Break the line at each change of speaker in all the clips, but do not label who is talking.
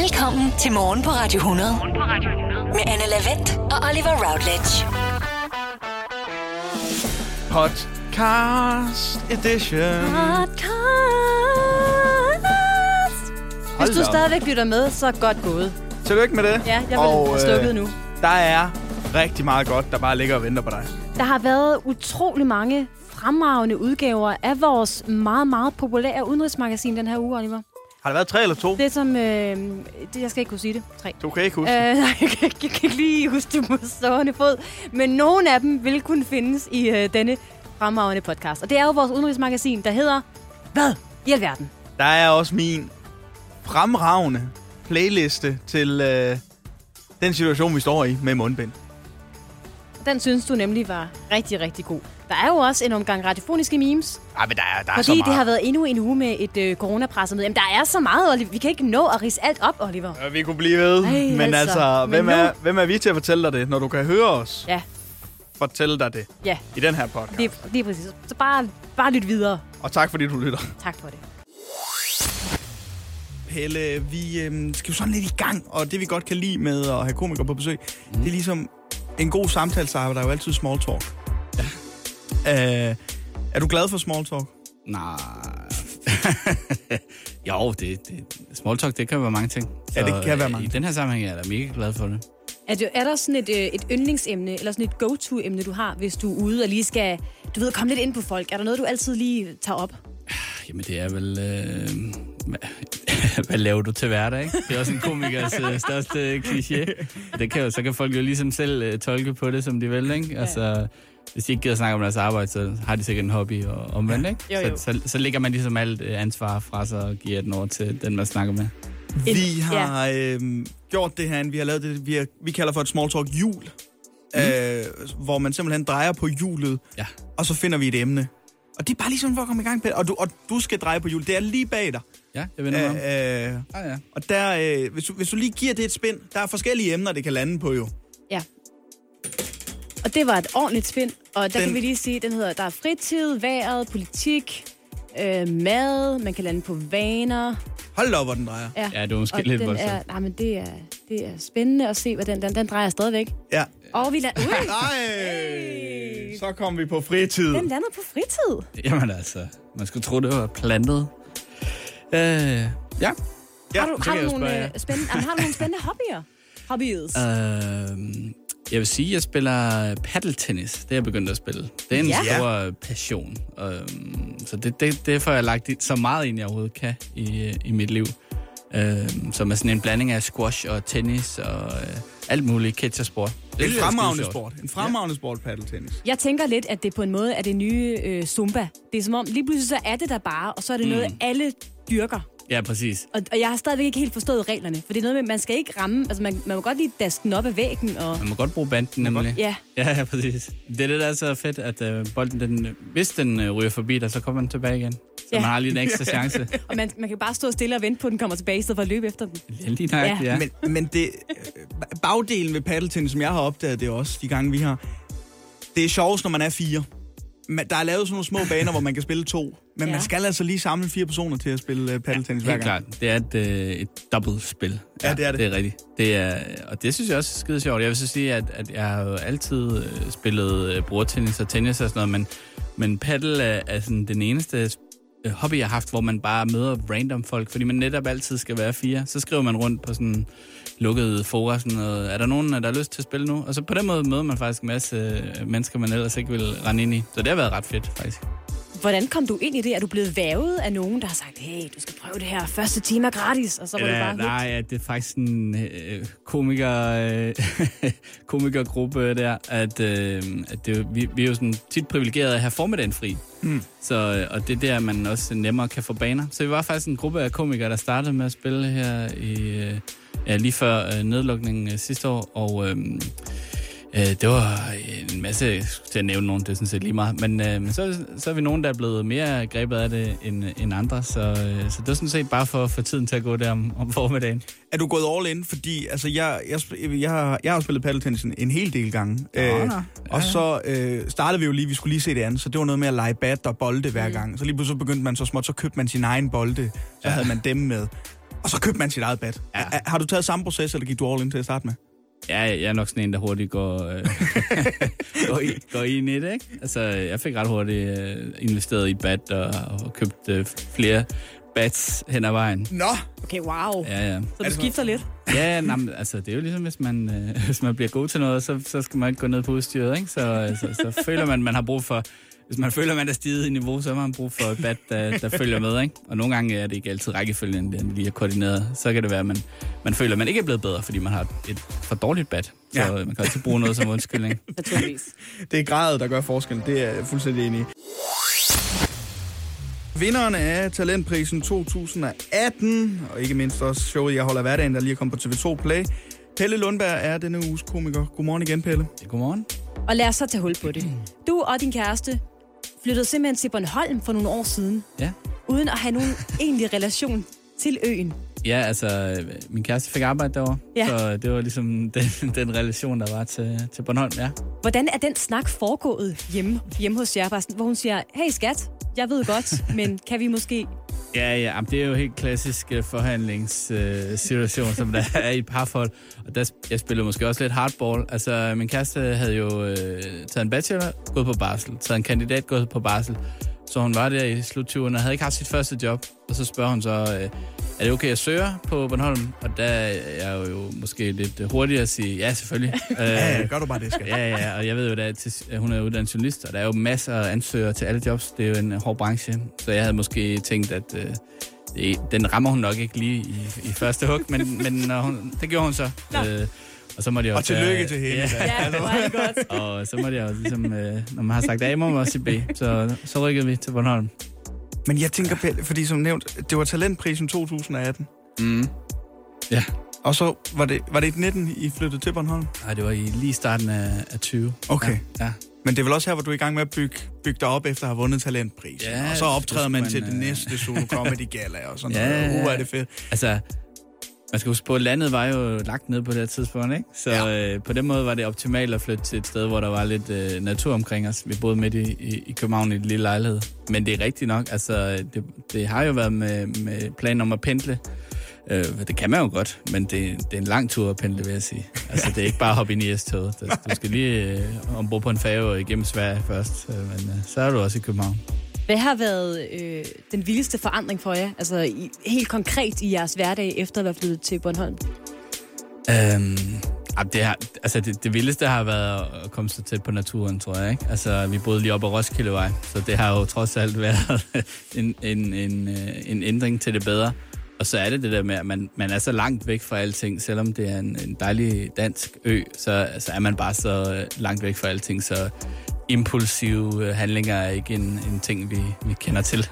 Velkommen til Morgen på Radio 100. Morgen på Radio 100. Med Anne Lavendt og Oliver Routledge.
Podcast edition.
Podcast. Hvis
Hold
du
da op.
stadigvæk lytter med, så godt gået.
Tillykke med det.
Ja, jeg vil have
øh,
slukket nu.
Der er rigtig meget godt, der bare ligger og venter på dig.
Der har været utrolig mange fremragende udgaver af vores meget, meget populære udenrigsmagasin den her uge, Oliver.
Har der været tre eller to?
Det som... Øh, det, jeg skal ikke kunne sige det. Tre.
Du kan ikke
Øh,
huske.
nej, jeg kan, ikke- jeg kan ikke lige huske det på stående fod. Men nogle af dem vil kunne findes i øh, denne fremragende podcast. Og det er jo vores udenrigsmagasin, der hedder... Hvad i alverden?
Der er også min fremragende playliste til øh, den situation, vi står i med mundbind.
Den synes du nemlig var rigtig, rigtig god. Der er jo også en omgang radiofoniske memes,
Ej, men der er, der er så
Fordi
meget.
det har været endnu en uge med et øh, coronapressemøde. Jamen, der er så meget, Oliver. Vi kan ikke nå at rise alt op, Oliver.
Ja, Vi kunne blive ved,
Ej,
men altså,
altså,
hvem,
men nu-
er, hvem er vi til at fortælle dig det, når du kan høre os
Ja,
fortælle dig det
ja.
i den her podcast?
Lige, lige præcis. Så bare, bare lyt videre.
Og tak fordi du lytter.
Tak for det.
Pelle, vi øhm, skal jo sådan lidt i gang, og det vi godt kan lide med at have komikere på besøg, mm. det er ligesom en god samtale, så er der jo altid small talk. Ja. Øh, er du glad for small talk?
Nej. jo, det, det, small talk, det kan være mange ting.
Ja, det
Så,
kan være
øh,
mange
I den her sammenhæng er jeg da mega glad for det.
Er, det, er der sådan et, øh, et yndlingsemne, eller sådan et go-to-emne, du har, hvis du er ude og lige skal, du ved, komme lidt ind på folk? Er der noget, du altid lige tager op?
Jamen, det er vel... Øh, hvad, hvad laver du til hverdag, ikke? Det er også en komikers øh, største kliché. Det kan jo, så kan folk jo ligesom selv øh, tolke på det, som de vil, ikke? Altså, hvis de ikke gider snakke om deres arbejde, så har de sikkert en hobby og omvendt, ikke?
Jo, jo.
Så, så, så lægger man ligesom alt øh, ansvar fra sig og giver den over til den, man snakker med.
En-
Vi har øhm, gjort det her, vi har lavet det, vi, har, vi kalder for et small talk hjul, mm. øh, hvor man simpelthen drejer på hjulet,
Ja.
og så finder vi et emne. Og det er bare ligesom for at komme i gang, Pelle. Og du, og du skal dreje på hjulet, det er lige bag dig.
Ja, jeg vender mig om.
Øh, øh,
Ah, ja.
og der, øh, hvis, du, hvis du lige giver det et spin, der er forskellige emner, det kan lande på jo.
Ja. Og det var et ordentligt spind, og der
Den-
den... kan vi lige sige, den hedder, der er fritid, vejret, politik, øh, mad, man kan lande på vaner.
Hold da op, hvor den drejer.
Ja, det var måske
og
lidt
den
voldsomt.
er, nej, men det er, det er spændende at se, hvordan den, den drejer stadigvæk.
Ja.
Og vi lader... Ui,
Nej, så kom vi på fritid.
den lander på fritid.
Jamen altså, man skulle tro, det var plantet. Øh, ja.
Ja,
har, du,
så
har,
kan
du
jeg
nogle,
spørge
øh, spændende, jamen, har du nogle spændende hobbyer? Hobbies. Uh,
Øh, jeg vil sige, at jeg spiller paddeltennis. Det er jeg begyndt at spille. Det er en
Ja.
ja. stor øh, passion. Øh, så det, det, det får jeg lagt i- så meget ind, jeg overhovedet kan i, øh, i mit liv. Øh, som er sådan en blanding af squash og tennis og øh, alt muligt ketchersport.
Det er en fremragende
skidesjovt.
sport. En fremragende sport, paddeltennis.
jeg tænker lidt, at det på en måde er det nye øh, Zumba. Det er som om, lige pludselig så er det der bare, og så er det mm. noget, alle dyrker.
Ja, præcis.
Og, og jeg har stadigvæk ikke helt forstået reglerne, for det er noget med, at man skal ikke ramme, altså man, man må godt lige daske den op ad væggen, og
Man må godt bruge banden, nemlig.
Ja.
Ja, ja, præcis. Det er det, der er så fedt, at øh, bolden, den, hvis den øh, ryger forbi dig, så kommer den tilbage igen. Så
Ja.
ja. man har lige en ekstra chance.
og man, man kan bare stå stille og vente på, at den kommer tilbage, i stedet for at løbe efter den.
Ja, lige nøjagtigt, ja. ja.
Men, men det, øh, bagdelen ved paddeltennis, som jeg har opdaget det også, de gange vi har, det er sjovest, når man er fire. Man, der er lavet sådan nogle små baner, hvor man kan spille to. Men ja.
Ja.
man skal altså lige samle fire personer til at spille øh, paddeltennis hver
Helt
gang.
klart. Det er et, øh, et dobbeltspil.
Ja, det er det.
Det er rigtigt. Det er, og det synes jeg også er skide sjovt. Jeg vil så sige, at, at jeg har jo altid øh, spillet øh, bordtennis og tennis og sådan noget, men, men paddle er, er sådan den eneste øh, hobby, jeg har haft, hvor man bare møder random folk, fordi man netop altid skal være fire. Så skriver man rundt på sådan lukkede fora, sådan noget. Er der nogen, der har lyst til at spille nu? Og så på den måde møder man faktisk en masse øh, mennesker, man ellers ikke ville rende ind i. Så det har været ret fedt, faktisk.
Hvordan kom du ind i det? Er du blevet vævet af nogen, der har sagt, hey, du skal prøve det her første time er gratis, og så var ja, du bare hooked?
Nej, ja, det er faktisk en øh, komiker, øh, komikergruppe der, at, øh, at det, vi, vi er jo sådan tit privilegerede at have formiddagen fri. Mm. Så, øh, og det er der, man også nemmere kan få baner. Så vi var faktisk en gruppe af komikere, der startede med at spille her i, øh, ja, lige før øh, nedlukningen øh, sidste år, og... Øh, Øh, det var øh, en masse, jeg skulle til at nævne nogen, det er sådan set lige meget. Men øh, men så, så er vi nogen, der er blevet mere grebet af det end, end andre, så, øh, så det var sådan set bare for at få tiden til at gå der om, om formiddagen.
Er du gået all in? Fordi altså, jeg, jeg, sp- jeg, har, jeg har jo spillet paddeltennis en- en hel del gange. Nå, øh,
nå.
Og så øh, startede vi jo lige, vi skulle lige se det andet, så det var noget med at lege Mm. bat og bolde hver gang. Så lige pludselig så begyndte man så småt, så købte man sin egen bolde, så ja. havde man dem med. Og så købte man sit eget bad.
Ja.
Ja. Har du taget samme proces, eller gik du all in til at starte med?
Ja, jeg er nok sådan en, der hurtigt går, øh, går, i, går i net, ikke? Altså, jeg fik ret hurtigt øh, investeret i bat og, og købt øh, flere bats hen ad vejen.
Nå,
Okay, wow.
Ja, ja.
Så du
Altså-
skifter lidt.
Ja, nej, men, altså, det er jo ligesom, hvis man, øh, hvis man bliver god til noget, så, så skal man ikke gå ned på udstyret, ikke? Så, øh, så, så føler man, man har brug for... Hvis man føler, man er stiget i niveau, så har man brug for et bat, der, der følger med, ikke? Og nogle gange er det ikke altid rækkefølgen, den lige er koordineret. Så kan det være, at man, man føler, at man ikke er blevet bedre, fordi man har et for dårligt bat. Så
Ja.
ja. man kan altid bruge noget som undskyldning.
Naturligvis.
Det er gradet, der gør forskellen. Det er jeg fuldstændig enig i. Vinderne af Talentprisen 2018, og ikke mindst også showet Jeg holder hverdagen, der lige er kommet på TV2 Play. Pelle Lundberg er denne uges komiker. Godmorgen igen, Pelle.
Godmorgen.
Og lad os så tage hul på det. Du og din kæreste flyttede simpelthen til Bornholm for nogle år siden,
Ja.
uden at have nogen egentlig relation til øen.
Ja, altså, øh, min kæreste fik arbejde derovre,
Ja.
så det var ligesom den, den relation, der var til, til Bornholm, ja.
Hvordan er den snak foregået hjemme, hjemme hos jer, bare sådan, hvor hun siger, hey skat, jeg ved godt, men kan vi måske...
Ja, ja, jamen, det er jo helt klassisk uh, forhandlingssituation, uh, som der er i et parforhold. Og der, sp- jeg spillede måske også lidt hardball. Altså, min kæreste havde jo uh, taget en bachelor, gået på barsel, taget en kandidat, gået på barsel. Så hun var der i slut 20'erne og havde ikke haft sit første job. Og så spørger hun så, uh, er det okay, jeg søger på Bornholm? Og der er jeg jo måske lidt øh, hurtigere at sige, ja, selvfølgelig.
Ja,
Uh,
ja, gør du bare det, skal.
Ja, ja, og jeg ved jo, da, til- at hun er uddannet journalist, og der er jo masser af ansøgere til alle jobs. Det er jo en øh, hård branche, så jeg havde måske tænkt, at øh, det- den rammer hun nok ikke lige i, i første hug, men, men når hun, det gjorde hun så. Øh, og så måtte jeg jo
Og tillykke
tage-
til hende.
Ja,
da.
Ja, det var det godt.
og så måtte jeg jo ligesom, øh, når man har sagt A, må man også sige B. Så, så rykkede vi til Bornholm.
Men jeg tænker, Pelle, fordi som nævnt, det var Talentprisen 2018.
Mm. Ja,
Og så var det, var det et 19, I flyttede til Bornholm?
og det var i lige starten af, af 20.
Okay.
Ja, ja.
Men det er vel også her, hvor du er i gang med at bygge, bygge dig op efter at have vundet talentprisen.
Ja,
og så optræder
det
man,
skulle
man til
man,
det
øh,
næste Solo Comedy Gala og sådan
Ja,
noget.
ja,
Uh,
ja.
hvor er det fedt.
Altså, man skal huske på, at landet var jo lagt ned på det her tidspunkt, ikke? Så ja. øh, på den måde var det optimalt at flytte til et sted, hvor der var lidt øh, natur omkring os. Vi boede midt i, i, i København i et lille lejlighed. Men det er rigtigt nok, altså, det, det har jo været med, med planen om at pendle. Øh, det kan man jo godt, men det, det er en lang tur at pendle, vil jeg sige. Altså, det er ikke bare at hoppe ind i S-toget. Du du skal lige øh, ombord på en færge og igennem Sverige først, øh, men øh, så er du også i København.
Hvad har været øh, den vildeste forandring for jer? Altså i, helt konkret i jeres hverdag, efter at være flyttet til Bornholm?
Øhm, ah, det, har, altså det, det vildeste har været at komme så tæt på naturen, tror jeg. Ikke? Altså, vi boede lige op ad Roskildevej, så det har jo trods alt været en, en, en, øh, en ændring til det bedre. Og så er det det der med, at man, man er så langt væk fra alting, selvom det er en, en dejlig dansk ø, så, så er man bare så øh, langt væk fra alting, så impulsive øh, handlinger er ikke en, en ting, vi, vi kender til.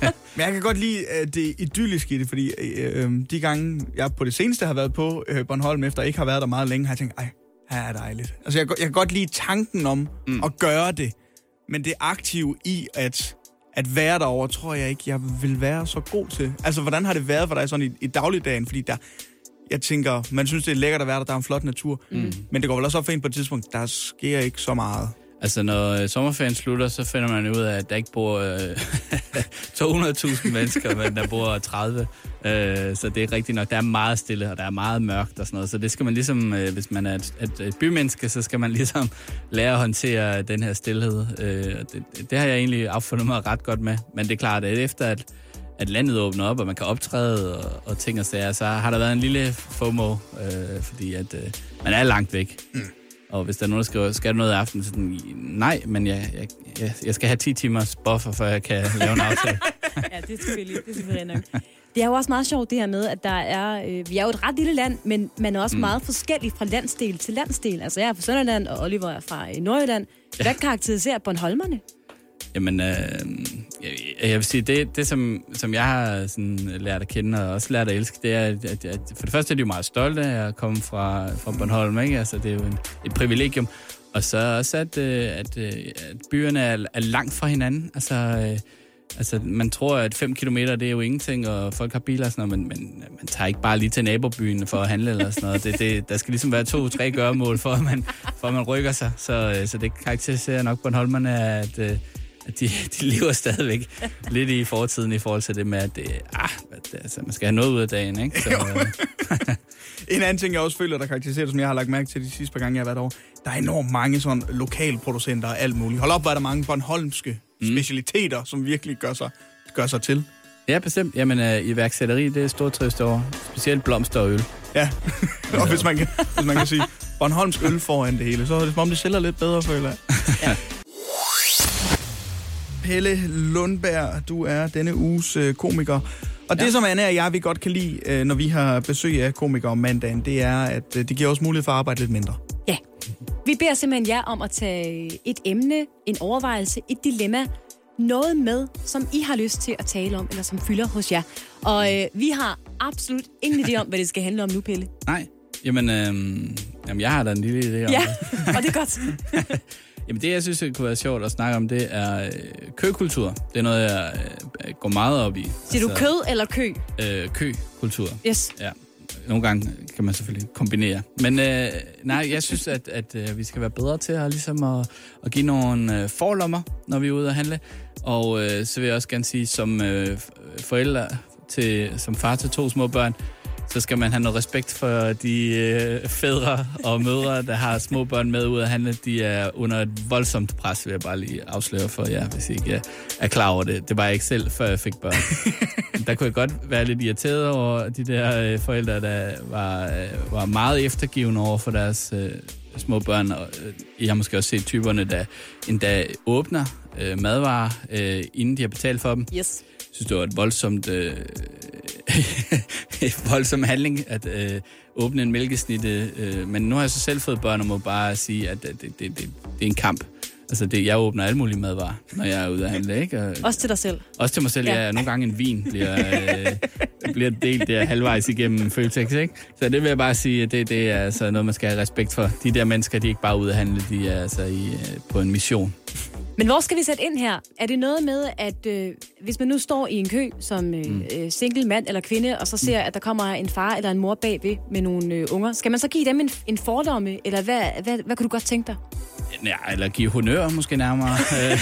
Men jeg kan godt lide øh, det idylliske i det, fordi øh, øh, de gange, jeg på det seneste har været på øh, Bornholm, efter jeg ikke har været der meget længe, har jeg tænkt, ej, her er dejligt. Altså, jeg, kan- jeg kan godt lide tanken om mm. at gøre det, men det aktive i at, at være derovre, tror jeg ikke, jeg vil være så god til. Altså, hvordan har det været for dig sådan i, i dagligdagen? Fordi der, jeg tænker, man synes, det er lækkert at være der, der er en flot natur, mm. men det går vel også op for en på et tidspunkt, der sker ikke så meget.
Altså, når øh, sommerferien slutter, så finder man ud af, at der ikke bor øh, 200.000 mennesker, men der bor 30. Øh, så det er rigtigt nok. Der er meget stille, og der er meget mørkt og sådan noget. Så det skal man ligesom, øh, hvis man er et, et, et bymenneske, så skal man ligesom lære at håndtere den her stillhed. Øh, og det, det har jeg egentlig affundet mig ret godt med. Men det er klart, at efter at, at landet åbner op, og man kan optræde og, og ting og sager, så har der været en lille FOMO, øh, fordi at øh, man er langt væk. Og hvis der er nogen, der skriver, skal du noget i aften? Så den, nej, men jeg, jeg, jeg, jeg skal have 10 timers buffer, før jeg kan lave en aftale.
Ja, det er selvfølgelig, det er selvfølgelig nok. Det er jo også meget sjovt det her med, at der er, øh, vi er jo et ret lille land, men man er også mm. meget forskellig fra landsdel til landsdel. Altså jeg er fra Sønderland, og Oliver er fra øh, Nordjylland. Hvad karakteriserer Bornholmerne?
Jamen, øh, jeg, jeg vil sige, det, det som, som jeg har sådan, lært at kende og også lært at elske, det er, at, at, at for det første er de jo meget stolte af at komme fra, fra Bornholm, ikke? Altså, det er jo en, et privilegium. Og så også, at, øh, at, øh, at byerne er, er langt fra hinanden. Altså, øh, altså, man tror, at 5 km det er jo ingenting, og folk har biler og sådan noget, men, men øh, man tager ikke bare lige til nabobyen for at handle eller sådan noget. Det, det, der skal ligesom være to-tre gøremål, for at man, for at man rykker sig. Så, øh, så det karakteriserer nok Bornholmerne, at... Øh, at de, de lever stadigvæk lidt i fortiden i forhold til det med, at det, ah, det, altså, man skal have noget ud af dagen, ikke? Så, øh,
En anden ting, jeg også føler, der karakteriserer det, som jeg har lagt mærke til de sidste par gange, jeg har været over, der er enormt mange sådan lokalproducenter og alt muligt. Hold op, hvor er der mange Bornholmske mm. specialiteter, som virkelig gør sig, gør sig til.
ja, bestemt. Jamen, øh, iværksætteri, det er stort trøst over. Specielt blomster og øl.
Ja, og hvis man, kan, hvis man kan sige Bornholmsk øl foran det hele, så er det som om, det sælger lidt bedre, føler jeg. Pelle Lundberg, du er denne uges øh, komiker. Og det, som Anna og jeg vi godt kan lide, øh, når vi har besøg af komikere om mandagen, det er, at øh, det giver os mulighed for at arbejde lidt mindre.
Ja. Vi beder simpelthen jer om at tage et emne, en overvejelse, et dilemma, noget med, som I har lyst til at tale om, eller som fylder hos jer. Og øh, vi har absolut ingen idé om, hvad det skal handle om nu, Pelle.
Nej, jamen, øh, jamen jeg har da en lille idé om
Ja,
det.
og det er godt.
Jamen det, jeg synes, det kunne være sjovt at snakke om, det er øh, køkultur. Det er noget, jeg øh, går meget op i. Altså,
Siger du kød eller kø?
Øh, køkultur.
Yes.
Ja. Nogle gange kan man selvfølgelig kombinere. Men øh, nej, jeg synes, at, at øh, vi skal være bedre til at, ligesom at, at give nogle øh, forlommer, når vi er ude at handle. Og øh, så vil jeg også gerne sige, som øh, f- forældre, til, som far til to små børn, så skal man have noget respekt for de øh, fædre og mødre, der har små børn med ud at handle. De er under et voldsomt pres, vil jeg bare lige afsløre for jer, hvis I ikke er- er klar over det. Det var jeg ikke selv, før jeg fik børn. Der kunne jeg godt være lidt irriteret over de der øh, forældre, der var, øh, var meget eftergivende over for deres øh, små børn. Og, øh, jeg har måske også set typerne, der endda åbner øh, madvarer, øh, inden de har betalt for dem.
Yes.
Jeg synes, det var et voldsomt... Øh, et voldsom handling at øh, åbne en mælkesnitte. Øh, men nu har jeg så selv fået børn og må bare sige, at øh, det, det, det, det er en kamp. Altså, det, jeg åbner alle mulige madvarer, når jeg er ude at handle, ikke? Og,
Også til dig selv.
også til mig selv, ja.
Ja.
ja. Nogle gange en vin bliver, øh, bliver delt der halvvejs igennem Føtex, ikke? Så det vil jeg bare sige, at det, det er altså noget, man skal have respekt for. De der mennesker, de er ikke bare ude at handle, de er altså i, øh, på en mission.
Men hvor skal vi sætte ind her? Er det noget med, at øh, hvis man nu står i en kø som øh, mm. single mand eller kvinde, og så ser, at der kommer en far eller en mor bagved med nogle øh, unger, skal man så give dem en, en fordomme, eller hvad, hvad, hvad kunne du godt tænke dig?
Ja, eller give honør måske nærmere. Øh,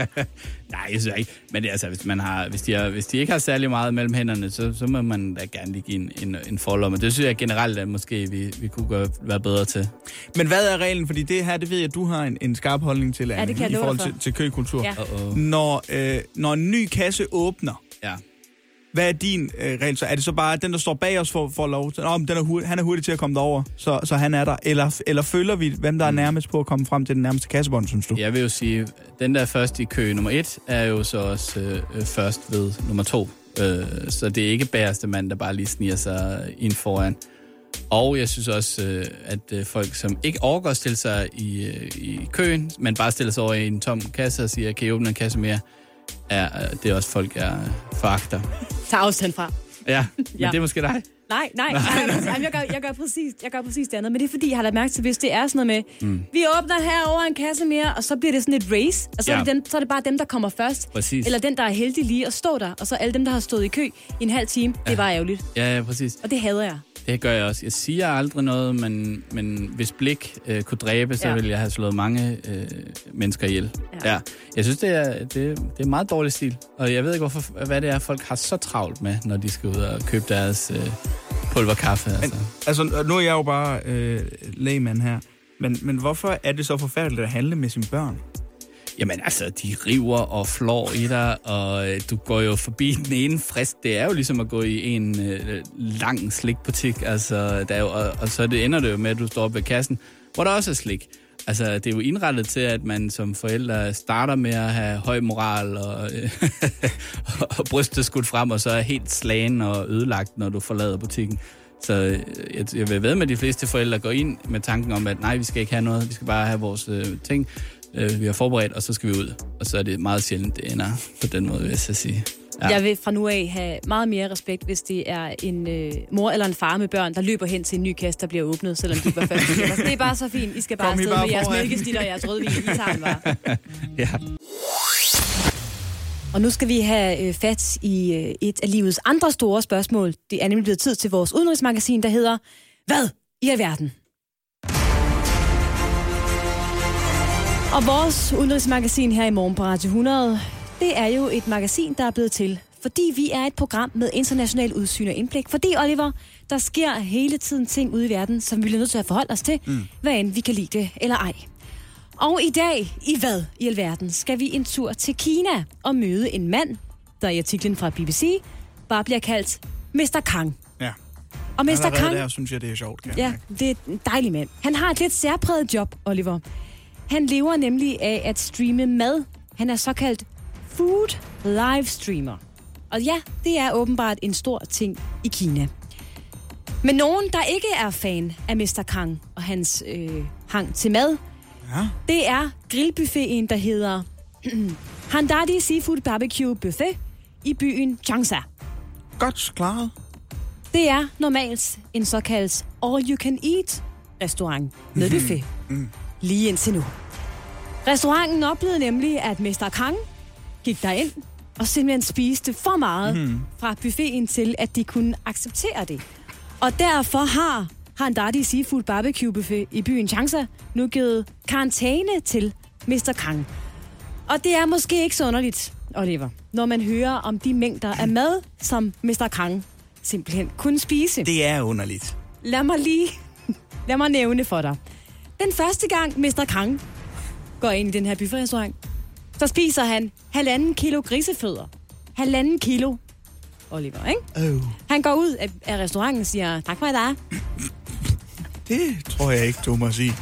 Nej, jeg synes ikke. Men det er altså, hvis, man har, hvis, de har, hvis de ikke har særlig meget mellem hænderne, så, så må man da gerne lige give en, en, en forlomme. Det synes jeg generelt, at måske vi, vi kunne gøre, være bedre til.
Men hvad er reglen? Fordi det her, det ved jeg, du har en, en skarp holdning til, Anne,
det kan jeg
i
love
forhold
dig for.
til, til køkultur.
Ja.
Uh-oh.
Når, øh, når en ny kasse åbner,
Ja.
hvad er din øh, regel så? Er det så bare, at den, der står bag os, får, får lov til, Nå, men den er hurtig, han er hurtig til at komme derover, så, så han er der? Eller, eller følger vi, hvem der er nærmest på at komme frem til den nærmeste kassebånd, synes du?
Jeg vil jo sige, den der er først i kø nummer et, er jo så også øh, øh, først ved nummer to. Øh, så det er ikke bæreste mand, der bare lige sniger sig ind foran. Og jeg synes også, øh, at øh, folk, som ikke overgår at stille sig i, øh, i køen, men bare stiller sig over i en tom kasse og siger, kan I åbne en kasse mere, er, øh, det er også folk, jeg øh, foragter.
Tag afstand fra.
Ja, men
Ja.
ja. det er måske dig.
Nej, nej, nej, nej, nej. Jamen, jeg, gør, jeg, gør præcis, jeg gør præcis det andet, men det er fordi, jeg har lagt mærke til, hvis det er sådan noget med, mm. vi åbner herover en kasse mere, og så bliver det sådan et race, og så, ja. er,
Ja.
det dem, så er det bare dem, der kommer først,
Præcis.
eller den, der er heldig lige at stå der, og så alle dem, der har stået i kø i en halv time, ja. det var ærgerligt,
Ja, ja, præcis.
og det hader jeg.
Det gør jeg også. Jeg siger aldrig noget, men, men hvis blik øh, kunne dræbe, så
Ja.
ja. ville jeg have slået mange øh, mennesker ihjel.
Ja.
Ja. ja. Jeg synes, det er, det, det er meget dårlig stil. Og jeg ved ikke, hvorfor, hvad det er, folk har så travlt med, når de skal ud og købe deres øh, pulverkaffe. Altså.
Men, altså, nu er jeg jo bare øh, lægmand her. Men, men hvorfor er det så forfærdeligt at handle med sine børn?
Jamen altså, de river og flår i dig, og øh, du går jo forbi den ene frist. Det er jo ligesom at gå i en øh, lang slikbutik, altså, der er jo, og, og så det ender det jo med, at du står oppe ved kassen, hvor der også er slik. Altså, det er jo indrettet til, at man som forældre starter med at have høj moral og, øh, og brystet skudt frem, og så er helt slagen og ødelagt, når du forlader butikken. Så øh, jeg, jeg vil ved med, at de fleste forældre går ind med tanken om, at nej, vi skal ikke have noget, vi skal bare have vores øh, ting, øh, vi har forberedt, og så skal vi ud. Og så er det meget sjældent, det ender på den måde, vil jeg så sige.
Ja. Jeg vil fra nu af have meget mere respekt, hvis det er en øh, mor eller en far med børn, der løber hen til en ny kasse, der bliver åbnet, selvom de ikke var først. Altså, det er bare så fint. I skal bare
Kom I
afsted
bare
med jeres
foran.
mælkesnitter og jeres rødvin. I tager den bare.
Ja.
Og nu skal vi have øh, fat i øh, et af livets andre store spørgsmål. Det er nemlig blevet tid til vores udenrigsmagasin, der hedder Hvad i alverden? Og vores udenrigsmagasin her i morgen på Radio 100, det er jo et magasin, der er blevet til fordi vi er et program med international udsyn og indblik. Fordi, Oliver, der sker hele tiden ting ude i verden, som vi bliver nødt til at forholde os til, mm. hvad end vi kan lide det eller ej. Og i dag, i hvad i alverden, skal vi en tur til Kina og møde en mand, der i artiklen fra BBC bare bliver kaldt Mr. Kang.
Ja.
Og Mr.
Allerede
Kang
der synes jeg, det er sjovt. Kan jeg
Ja,
mærke.
det er en dejlig mand. Han har et lidt særpræget job, Oliver. Han lever nemlig af at streame mad. Han er såkaldt food livestreamer. Og ja, det er åbenbart en stor ting i Kina. Men nogen, der ikke er fan af Mr. Kang og hans øh, hang til mad,
Ja.
det er grillbuffeten, der hedder Handadi Seafood Barbecue Buffet i byen Changsha.
Godt klaret.
Det er normalt en såkaldt all-you-can-eat-restaurant med buffet. Lige indtil nu. Restauranten oplevede nemlig, at Mr. Kang gik derind og simpelthen spiste for meget fra buffeten til, at de kunne acceptere det. Og derfor har Handadi Seafood Barbecue Buffet i byen Changsha nu givet karantæne til Mr. Kang. Og det er måske ikke så underligt, Oliver, når man hører om de mængder af mad, som Mr. Kang simpelthen kunne spise.
Det er underligt.
Lad mig lige lad mig nævne for dig. Den første gang Mr. Kang går ind i den her buffetrestaurant, så spiser han halvanden kilo grisefødder. Halvanden kilo, Oliver, ikke?
Oh.
Han går ud af, af restauranten og siger, tak for i dag.
Det tror jeg ikke, du må sige.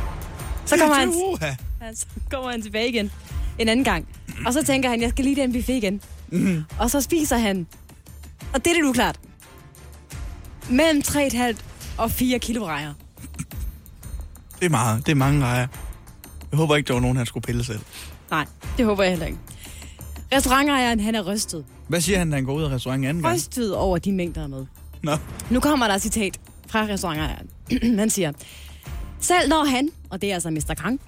Så kommer han,
Uha.
så kommer han tilbage igen en anden gang. Og så tænker han, jeg skal lige den buffet igen. Mm. Og så spiser han. Og det er det nu klart. Mellem 3,5 og 4 kilo rejer.
Det er meget. Det er mange rejer. Jeg håber ikke, der var nogen, han skulle pille selv.
Nej, det håber jeg heller ikke. Restaurantejeren, han er rystet.
Hvad siger han, da han går ud af restauranten anden gang?
Rystet over de mængder af mad.
Nå.
Nu kommer der et citat fra restaurantejeren. han siger, selv når han, og det er altså Mr. Kang,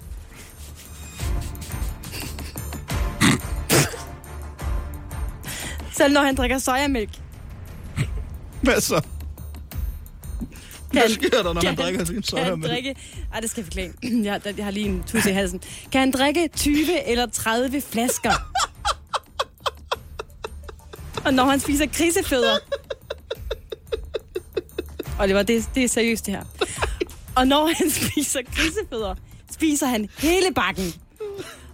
selv når han drikker sojamælk,
Hvad så? Hvad sker der, når man drikker sin
kan han
sojamælk?
drikke... Ej, det skal jeg forklare. Jeg, har- jeg har lige en tus i halsen. Kan han drikke 20 eller 30 flasker? Og når han spiser krisefødder... Oliver, det, det er seriøst det her. Og når han spiser krisefødder, spiser han hele bakken.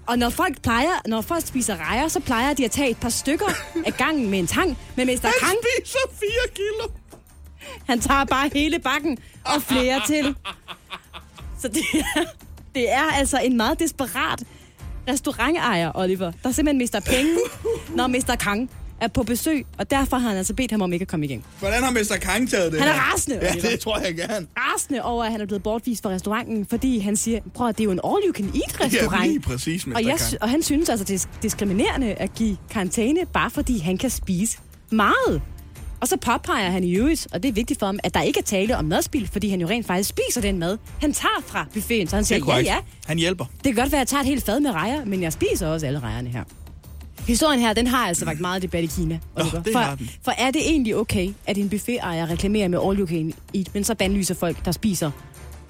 Og når folk, plejer, når folk spiser rejer, så plejer de at tage et par stykker af gangen med en tang. Men Mr.
Han
Kang,
spiser 4 kilo.
han tager bare hele bakken og flere til. Så det er, det er altså en meget desperat restaurantejer, Oliver, der simpelthen mister penge, når Mr. Kang er på besøg, og derfor har han altså bedt ham om ikke at komme igen.
Hvordan har Mr. Kang taget det
Han er
her?
rasende,
Ja,
Oliver.
det tror jeg gerne.
Rasende over, at han er blevet bortvist fra restauranten, fordi han siger, prøv at det er jo en all-you-can-eat-restaurant.
Ja, lige præcis, Mr.
Og, jeg,
Kang.
sy- og han synes altså, det er diskriminerende at give karantæne, bare fordi han kan spise meget. Og så påpeger han i øvrigt, og det er vigtigt for ham, at der ikke er tale om madspil, fordi han jo rent faktisk spiser den mad, han tager fra buffeten. Så han
Det
siger,
er
ja,
korrekt.
ja,
Han hjælper.
det kan godt være, at jeg tager et helt fad med rejer, men jeg spiser også alle rejerne her. Historien her, den har altså vagt meget debat i Kina. Oliver.
det har
for,
den.
for er det egentlig okay, at en buffetejer reklamerer med all you can eat, men så bandlyser folk, der spiser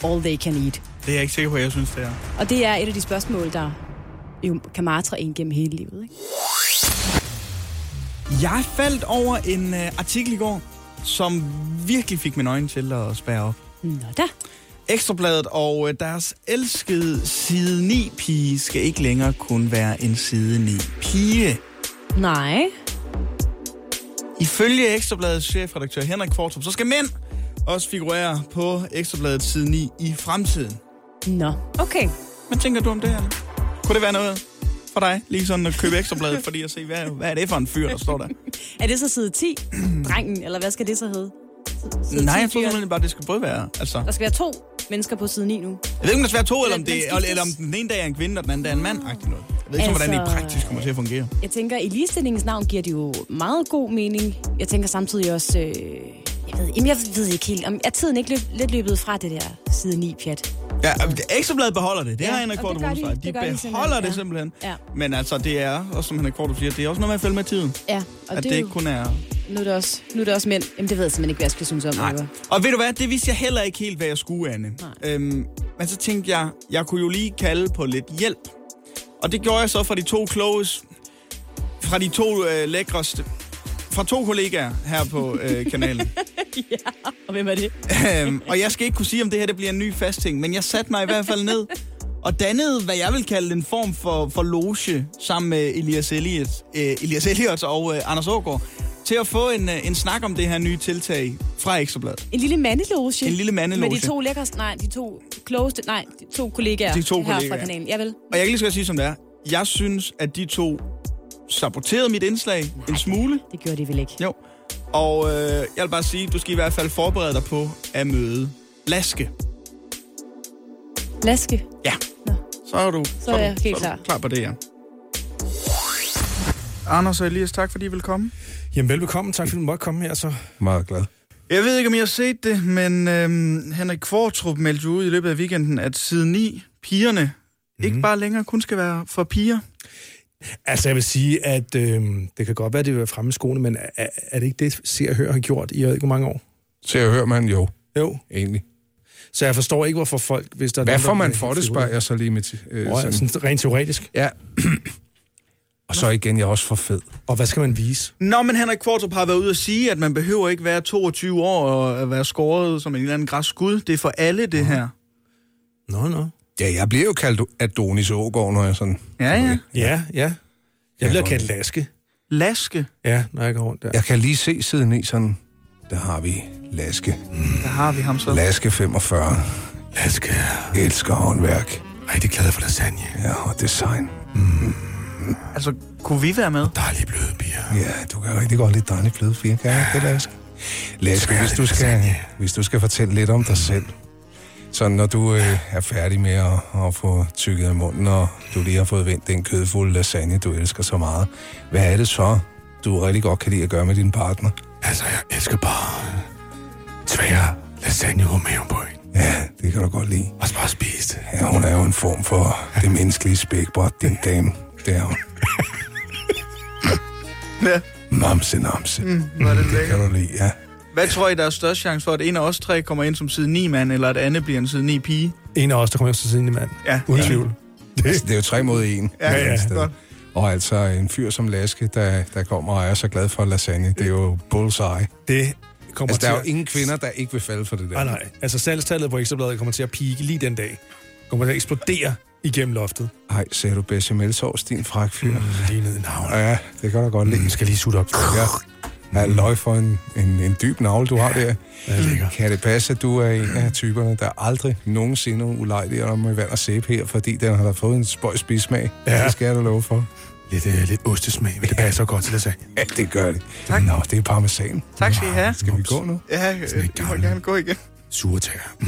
all they can eat?
Det er jeg ikke sikker på, at jeg synes, det er.
Og det er et af de spørgsmål, der jo kan martre en gennem hele livet. Ikke?
Jeg faldt over en øh, artikel i går, som virkelig fik mine øjne til at spære op.
Nå da.
Ekstrabladet og øh, deres elskede side 9-pige skal ikke længere kun være en side 9-pige.
Nej.
Ifølge Ekstrabladets chefredaktør Henrik Fortrup, så skal mænd også figurere på Ekstrabladets side 9 i fremtiden.
Nå. Okay.
Hvad tænker du om det her? Kunne det være noget for dig, lige sådan at købe Ekstrabladet, fordi at se, hvad, hvad er det for en fyr, der står der?
Er det så side 10, drengen, eller hvad skal det så hedde? Side
Nej,
10
jeg tror
fyren.
simpelthen bare, det skal både være, altså.
Der skal være to mennesker på side 9 nu.
Jeg ved ikke, om der skal være to, eller om,
Eller man
det,
skiftes.
eller om den ene dag er en kvinde, og den anden dag er en mand. Agtigt noget. Jeg ved ikke, altså... hvordan det i
Altså-
praksis kommer til at fungere.
Jeg tænker, i ligestillingens navn giver det jo meget god mening. Jeg tænker samtidig også... Øh, jeg, ved, jamen jeg ved ikke helt, om er tiden ikke løb, lidt løbet fra det der side 9-pjat?
Ja, øh, Ekstrabladet beholder det. Det
Ja,
har
og
Henrik
det
Kvartrup
gør de.
understreget. De
Det gør de simpelthen,
beholder
ja.
det simpelthen.
Ja.
Men altså, det er, også som Henrik Kvartrup siger, det er også noget med at følge med tiden.
Ja, og
At
det,
det ikke kun er...
nu, er det også, nu er det også mænd. Jamen, det ved jeg simpelthen ikke, hvad jeg skal synes om.
Nej.
Oliver.
Og ved du hvad, det vidste jeg heller ikke helt, hvad jeg skulle, Anne. Øhm, men så tænkte jeg, jeg kunne jo lige kalde på lidt hjælp. Og det gjorde jeg så fra de to kloges, fra de to øh, lækreste fra to kollegaer her på øh, kanalen.
ja, og hvem er det?
Øhm, og jeg skal ikke kunne sige, om det her det bliver en ny fast ting, men jeg satte mig i hvert fald ned og dannede, hvad jeg vil kalde en form for, for loge sammen med Elias Elliot, øh, Elias Elliot og øh, Anders Ågaard, til at få en, øh, en snak om det her nye tiltag fra Ekstrabladet.
En lille mandeloge.
En lille mandeloge.
Med de to lækkerste, nej, de to klogeste, nej, de to kollegaer
De to
her
kollegaer.
fra kanalen. Ja, vel?
Og jeg kan lige så godt sige, som det er. Jeg synes, at de to saboterede mit indslag nej. en smule.
Det gjorde de vel ikke.
Jo. Og øh, jeg vil bare sige, du skal i hvert fald forberede dig på at møde Laske.
Laske.
Ja.
Nå.
Så er du,
Så er jeg
du-
helt
så er du
klar.
klar på det, ja. Anders og Elias, tak fordi I vil komme.
Jamen velbekomme, tak fordi du måtte komme her. Så.
Meget glad.
Jeg ved ikke, om I har set det, men øhm, Henrik Kvartrup meldte jo ud i løbet af weekenden, at siden 9, pigerne mm-hmm. ikke bare længere kun skal være for piger.
Altså jeg vil sige, at øh, det kan godt være, at det vil være fremme i skoene, men er, er det ikke det, Se og Hør har gjort i jeg ved ikke hvor mange år?
Se og hør, man. Jo,
Jo.
egentlig.
Så jeg forstår ikke, hvorfor folk, hvis der er
Hvad
nogen, der
får man
bliver
for
helt
det,
fuld
spørger
ud.
jeg så lige med... T- øh,
Nå, ja,
sådan.
sådan rent teoretisk.
Ja. og så igen, jeg er også for fed.
Og hvad skal man vise?
Nå, men Henrik Kvartrup har været ude at sige, at man behøver ikke være 22 år og at være skåret som en eller anden græs gud. Det er for alle, det her.
Nå, nå.
Ja, jeg bliver jo kaldt Adonis Ågaard, når jeg sådan...
Ja, ja.
Ja, ja. Jeg bliver kaldt Laske.
Laske.
Ja, når jeg går rundt der.
Jeg kan lige se siden i sådan... Der har vi Laske.
Der har vi ham så.
Laske 45.
Laske.
Elsker håndværk.
Rigtig glad for lasagne.
Ja, og design.
Altså, kunne vi være med?
Dejlige bløde piger.
Ja, du kan rigtig godt lide dejlig bløde firkanter, det Lasse. Lasse, hvis du, skal, hvis du skal fortælle lidt om dig selv, så når du øh, er færdig med at, at få tykket i munden, og du lige har fået vendt den kødfulde lasagne, du elsker så meget, hvad er det så, du rigtig godt kan lide at gøre med din partner?
Altså, jeg elsker bare tvære lasagne på maven på en.
Ja, det kan du godt lide.
Og så bare spise det.
Ja, hun er jo en form for det menneskelige spækbræt, din dame. Det er hun.
Ja.
Mamse, namse. Mm, det kan du lide, ja.
Hvad tror I, der er størst chance for, at en af os tre kommer ind som side 9 mand, eller at Anne bliver en side 9 pige?
En af os, der kommer efter siden i mand.
Ja.
Uden tvivl.
Altså, det er jo tre mod en.
Ja,
et eller andet
ja,
sted.
godt.
Og altså en fyr som Laske, der, der kommer og er så glad for lasagne, det er jo bullseye.
Det kommer
Altså, der er jo
til
ingen kvinder, der ikke vil falde for det der.
Ah,
Nej, nej. Altså, salgstallet på Ekstrabladet kommer til at pike lige den dag. Kommer til at eksplodere igennem loftet.
Ej, ser du bechamelsovs, din fræk fyr?
Mm.
Lige ned i navnet.
Ja, det kan du godt lide.
Jeg skal lige sutte op.
Ja. Ja, løg for en, en, en dyb navle, du har der.
Ja, lækker.
Kan det passe, at du er en af typerne, der aldrig nogensinde ulejliger dig med øh, vand og sæbe her, fordi den har da fået en spøjs bismag? Ja.
Ja.
Det skal jeg da love for.
Lidt, øh, lidt ostesmag, men det passer godt til lasagne.
Ja, det gør det. Tak. Nå, det er parmesan.
Tak skal I have.
Skal vi gå nu?
Ja, øh,
Sådan et
I må
gammelt.
gerne gå igen.
Sure tager. Mm.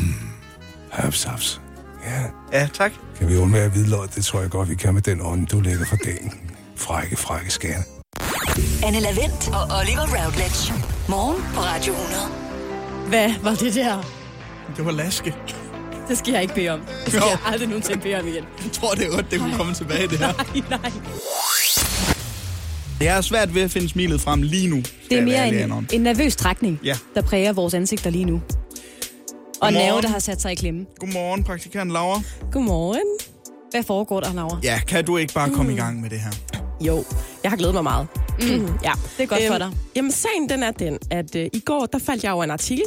Haps, haps. Ja,
Ja, tak.
Kan vi undvære hvidløg? Det tror jeg godt, vi kan med den ånd, du lægger for dagen. Frække, frække skærne.
Anne Lavendt og Oliver Routledge. Morgen på Radio 100.
Hvad var det der?
Det var Laske.
Det skal jeg ikke bede om. Det skal
Jo.
jeg aldrig nogensinde bede om igen.
Jeg tror, det er godt, det kunne komme tilbage, det her.
Nej, nej.
Jeg er svært ved at finde smilet frem lige nu.
Det er mere
end...
en, en nervøs trækning,
Ja.
der præger vores ansigter lige nu. Og en
Godmorgen.
nerve, der har sat sig i klemme.
Godmorgen, praktikant Laura.
Godmorgen.
Hvad foregår der, Laura?
Ja, kan du ikke bare komme i gang med det her?
Jo, jeg har glædet mig meget. Mm. ja.
Det er godt for dig.
Jamen, sagen den er den, at øh, i går der faldt jeg over en artikel.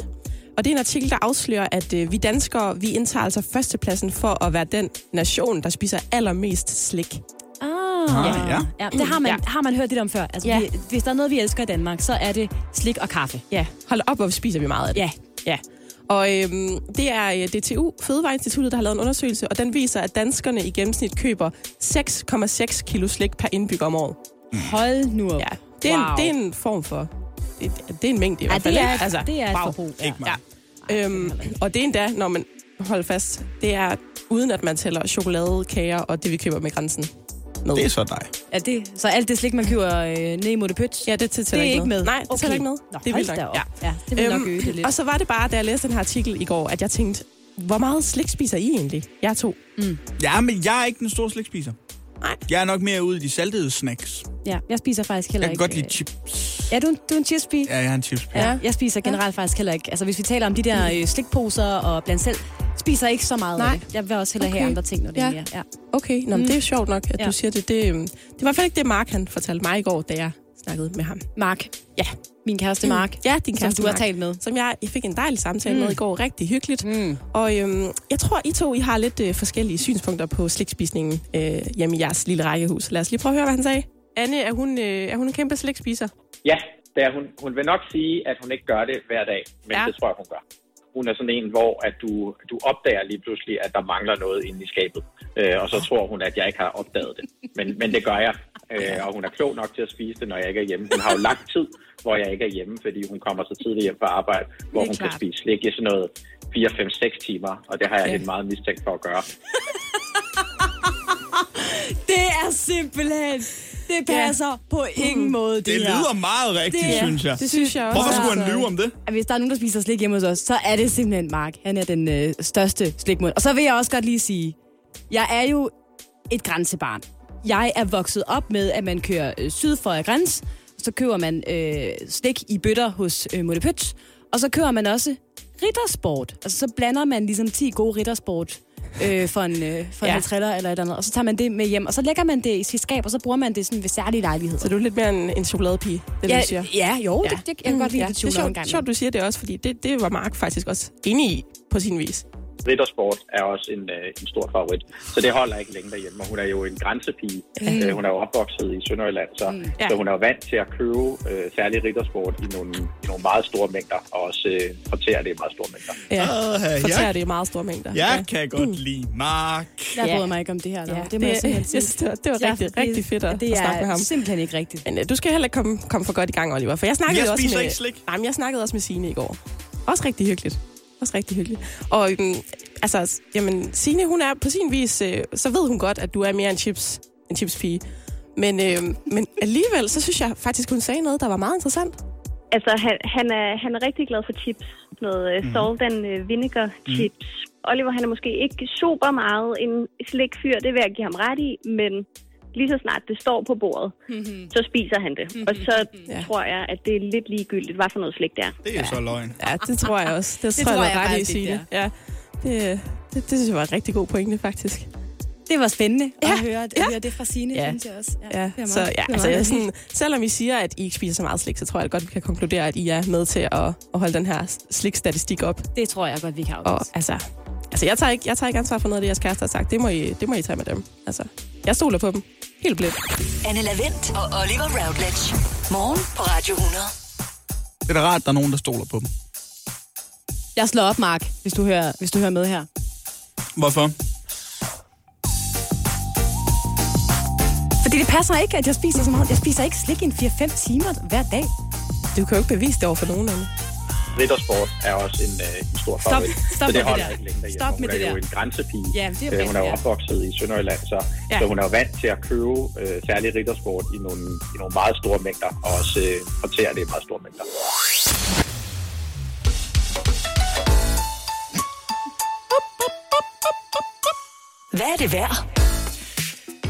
Og det er en artikel, der afslører, at øh, vi danskere, vi indtager altså førstepladsen for at være den nation, der spiser allermest slik.
Ah,
Ah, ja.
ja. Det har man,
Ja.
har man hørt lidt om før. Altså,
Ja.
vi, hvis der er noget, vi elsker i Danmark, så er det slik og kaffe.
Ja, hold op, hvor spiser vi meget af det.
Ja.
Ja. Og øhm, det er øh, DTU, Fødevareinstituttet, der har lavet en undersøgelse, og den viser, at danskerne i gennemsnit køber 6,6 kilo slik per indbygger om året.
Hold nu op.
Ja, det er, wow. en, det er en form for... Det, det er en mængde i
Ja,
hvert fald.
det er,
ikke?
altså, det er et
wow.
forbrug. Ja.
Ja. Øhm, og det er endda, når man holder fast, det er uden at man tæller chokoladekager og det, vi køber med grænsen. Med.
Det er så dig.
Ja, det, så alt det slik, man køber øh, ned i Muttepøt,
ja, det tæller
det er
ikke
ikke med.
Nej, det okay. tæller ikke med.
Nå,
det er
hold
vildt
da
nok.
op. ja, det vil øhm, nok øge det lidt.
og så var det bare, da jeg læste den her artikel i går, at jeg tænkte, hvor meget slik spiser I egentlig? Jeg er to.
Ja, men jeg er ikke den store slikspiser.
Nej.
Jeg er nok mere ude i de saltede snacks.
Ja, jeg spiser faktisk heller
Jeg kan godt
ikke...
lide
øh,
chips.
Ja, du, er en- du er en chips
Ja, jeg er en chips.
Ja. Jeg spiser generelt ja. faktisk heller ikke. Altså, hvis vi taler om de der øh, slikposer og blandt selv, spiser jeg ikke så meget
Nej.
af det. Jeg vil også hellere okay. have
Okay.
andre ting, når det
Ja.
er mere. Ja.
Okay, Nå, mm. det er jo sjovt nok, at
Ja.
ja. du siger det. Det, øhm, det var i hvert fald ikke det, Mark han fortalte mig i går, da jeg snakket med ham.
Mark.
Ja.
Min kæreste Mark. Mm.
Ja, din
Som
kæreste
du har
Mark,
talt med.
Som jeg, jeg fik en dejlig samtale mm. med i går. Rigtig hyggeligt.
Mm.
Og øhm, jeg tror, I to I har lidt øh, forskellige synspunkter på slikspisningen øh, hjemme i jeres lille rækkehus. Lad os lige prøve at høre, hvad han sagde. Anne, er hun, øh, er hun en kæmpe slikspiser?
Ja, det er hun. Hun vil nok sige, at hun ikke gør det hver dag, men
Ja.
ja. det tror jeg, hun gør. Hun er sådan en, hvor at du, du opdager lige pludselig, at der mangler noget inde i skabet. Øh, og så
Ah.
tror hun, at jeg ikke har opdaget det. Men, men det gør jeg. Øh, og hun er klog nok til at spise det, når jeg ikke er hjemme. Hun har jo lang tid, hvor jeg ikke er hjemme, fordi hun kommer så tidligt hjem fra arbejde, hvor
Det er
hun
klart.
kan spise slik i sådan noget 4-5-6 timer. Og det har jeg lidt meget mistænkt for at gøre.
Det er simpelthen... Det passer ja. på ingen måde, det,
Mm. Det
her.
lyder meget rigtigt,
Det-
det, synes jeg.
Det synes jeg også.
Hvorfor
er-
skulle
Altså,
han lyve om det?
at hvis der er nogen, der spiser slik hjemme hos os, så er det simpelthen Mark. Han er den øh, største slikmund. Og så vil jeg også godt lige sige, jeg er jo et grænsebarn. Jeg er vokset op med, at man kører øh, syd for græns, så køber man øh, slik i bøtter hos øh, Mutte Pøts, og så kører man også riddersport. Altså så blander man ligesom 10 gode riddersport øh, for en, øh, for
Ja.
ja. en triller eller et eller andet, og så tager man det med hjem, og så lægger man det i sit skab, og så bruger man det sådan ved særlige lejligheder.
Så du er lidt mere en, en chokoladepige, det ja, du siger.
ja, ja, jo,
Ja.
ja. Det, det, jeg kan mm, godt lide ja. det,
det er
chokolade en
sjovt,
gang.
sjovt, du siger det også, fordi det, det var Mark faktisk også enig i på sin vis.
Riddersport er også en, øh, en stor favorit, så det holder ikke længe derhjemme. Og Hun er jo en grænsepige. Mm. Øh, hun er jo opvokset i Sønderjylland, så, mm.
Ja.
ja. så hun er jo vant til at købe øh, særlig riddersport i nogle, i nogle meget store mængder, og også øh, håndtere det i meget store mængder.
Ja.
Åh, ja.
Fortærer det i meget store mængder.
Jeg kan godt lide Mark.
Jeg
Ja.
bryder mig ikke om det her. Ja, det,
det,
må jeg simpelthen
jeg synes,
sige.
det var, det var
Ja,
rigtig,
det-
rigtig fedt at,
det
at snakke
er
med ham.
simpelthen ikke rigtigt.
Men øh, du skal heller ikke komme, komme for godt i gang, Oliver, for jeg snakkede
Jeg
også
spiser
med...
ikke slik.
Nej, men jeg snakkede også med Signe i går. Også rigtig hyggeligt. Også rigtig hyggeligt. Og øhm, altså, s- jamen, Signe, hun er på sin vis, øh, så ved hun godt, at du er mere en chips, en chipspige. Men, øh, men alligevel, så synes jeg faktisk, hun sagde noget, der var meget interessant.
Altså, han, han, er, han er rigtig glad for chips. Noget øh, salt and øh, vinegar chips. Oliver, han er måske ikke super meget en slikfyr, det vil jeg give ham ret i, men lige så snart det står på bordet, mm-hmm. så spiser han det. Mm-hmm. Og så
Ja.
ja. tror jeg, at det er lidt ligegyldigt, hvad for noget slik det er.
Det er jo så løgn.
Ja, det tror jeg også. Det, det tror jeg, jeg ret i, Signe. Ja. Det, øh, det, det synes jeg var en rigtig god pointe, faktisk.
Det var spændende at
Ja,
ja, høre, at
ja.
ja. høre det fra Signe,
Ja.
ja. synes jeg også.
Ja,
det er
så
meget-
ja,
det er
altså,
meget
jeg er
hyggeligt.
sådan, selvom I siger, at I ikke spiser så meget slik, så tror jeg godt, vi kan konkludere, at I er med til at, at holde den her slikstatistik op.
Det tror jeg godt, vi kan
Og
afvise.
altså, altså jeg, tager ikke, jeg tager ikke ansvar for noget af det, jeres kæreste har sagt. Det må I, det må I tage med dem. Altså, jeg stoler på dem. Helt blindt.
Anne Lavendt og Oliver Routledge. Morgen på Radio 100.
Det er da rart, at der er nogen, der stoler på dem.
Jeg slår op, Mark, hvis du hører, hvis du hører med her.
Hvorfor?
Fordi det passer ikke, at jeg spiser så meget. Jeg spiser ikke slik i en 4-5 timer hver dag.
Du kan jo ikke bevise det over for nogen af dem.
Riddersport er også en, øh, en stor favorit,
Stop med
så det
det
holder
der.
ikke længe derhjemme.
Stop
hun
med
er
det
jo
der.
en grænsepige.
Ja, det er
Øh, hun er jo
rigtigt, ja.
opvokset i Sønderjylland, så,
Ja.
ja. så hun er jo vant til at købe øh, særlig riddersport i nogle, i nogle meget store mængder, og også øh, håndtere det i meget store mængder.
Hvad er det værd?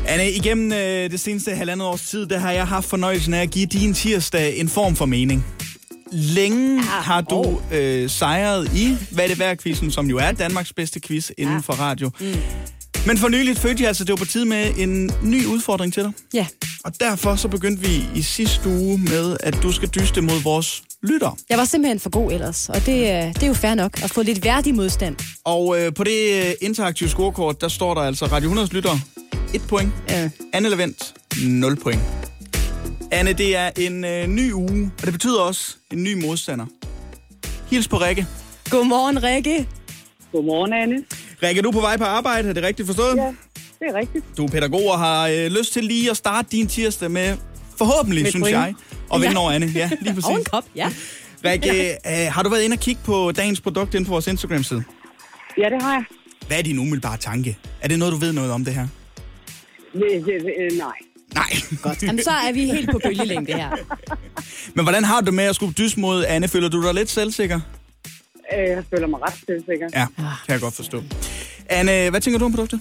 Anne, igennem øh, det seneste halvandet års tid, der har jeg haft fornøjelsen af at give din tirsdag en form for mening. Længe ja, har du øh, sejret i Hvad er det værd quizzen, som jo er Danmarks bedste quiz inden ja. for radio. Mm. Men for nyligt følte jeg altså, det var på tide med en ny udfordring til dig.
Ja,
Og derfor så begyndte vi i sidste uge med, at du skal dyste mod vores lytter.
jeg var simpelthen for god ellers, og det, øh, det er jo fair nok at få lidt værdig modstand.
Og øh, på det øh, interaktive scorekort, der står der altså Radio 100's lytter 1 point.
Ja.
Anne Lavendt 0 point. Anne, det er en øh, ny uge, og det betyder også en ny modstander. Hils på Rikke.
Godmorgen, Rikke.
Godmorgen, Anne.
Rikke, du er på vej på arbejde, er det rigtigt forstået?
Ja. Det er rigtigt.
Du er pædagog og har øh, lyst til lige at starte din tirsdag med, forhåbentlig,
Med
synes
point.
jeg, og vinde
Ja.
over Anne. Ja, lige præcis.
Og en kop, ja.
Rikke, øh, har du været inde og kigge på dagens produkt inde på vores Instagram-side?
Ja, det har jeg.
Hvad er din umiddelbare tanke? Er det noget, du ved noget om det her?
Øh, øh, øh, Nej.
Nej. Godt.
Jamen, så er vi helt på bølgelængde her.
Men hvordan har du det med at skulle dyst mod Anne? Føler du dig lidt selvsikker?
Øh, Jeg føler mig ret selvsikker.
Ja, kan jeg godt forstå. Anne, hvad tænker du om produktet?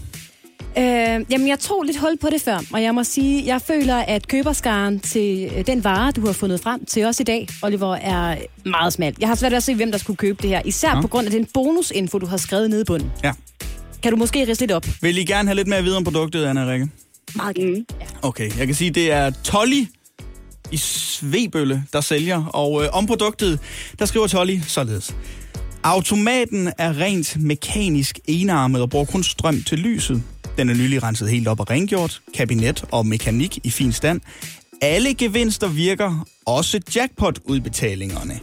Øh, jamen, jeg tog lidt hul på det før, og jeg må sige, jeg føler, at køberskaren til øh, den vare, du har fundet frem til os i dag, Oliver, er meget smal. Jeg har svært ved at se, hvem der skulle købe det her, især ja. på grund af den bonusinfo, du har skrevet nede i bunden.
Ja.
Kan du måske riste lidt op?
Vil I gerne have lidt mere at vide om produktet, Anne og Rikke?
Meget gerne.
Okay, jeg kan sige, det er Tolly i Svebølle, der sælger. Og øh, om produktet, der skriver Tolly således. Automaten er rent mekanisk enarmet og bruger kun strøm til lyset. Den er nylig renset helt op og rengjort. Kabinet og mekanik i fin stand. Alle gevinster virker, også jackpot-udbetalingerne.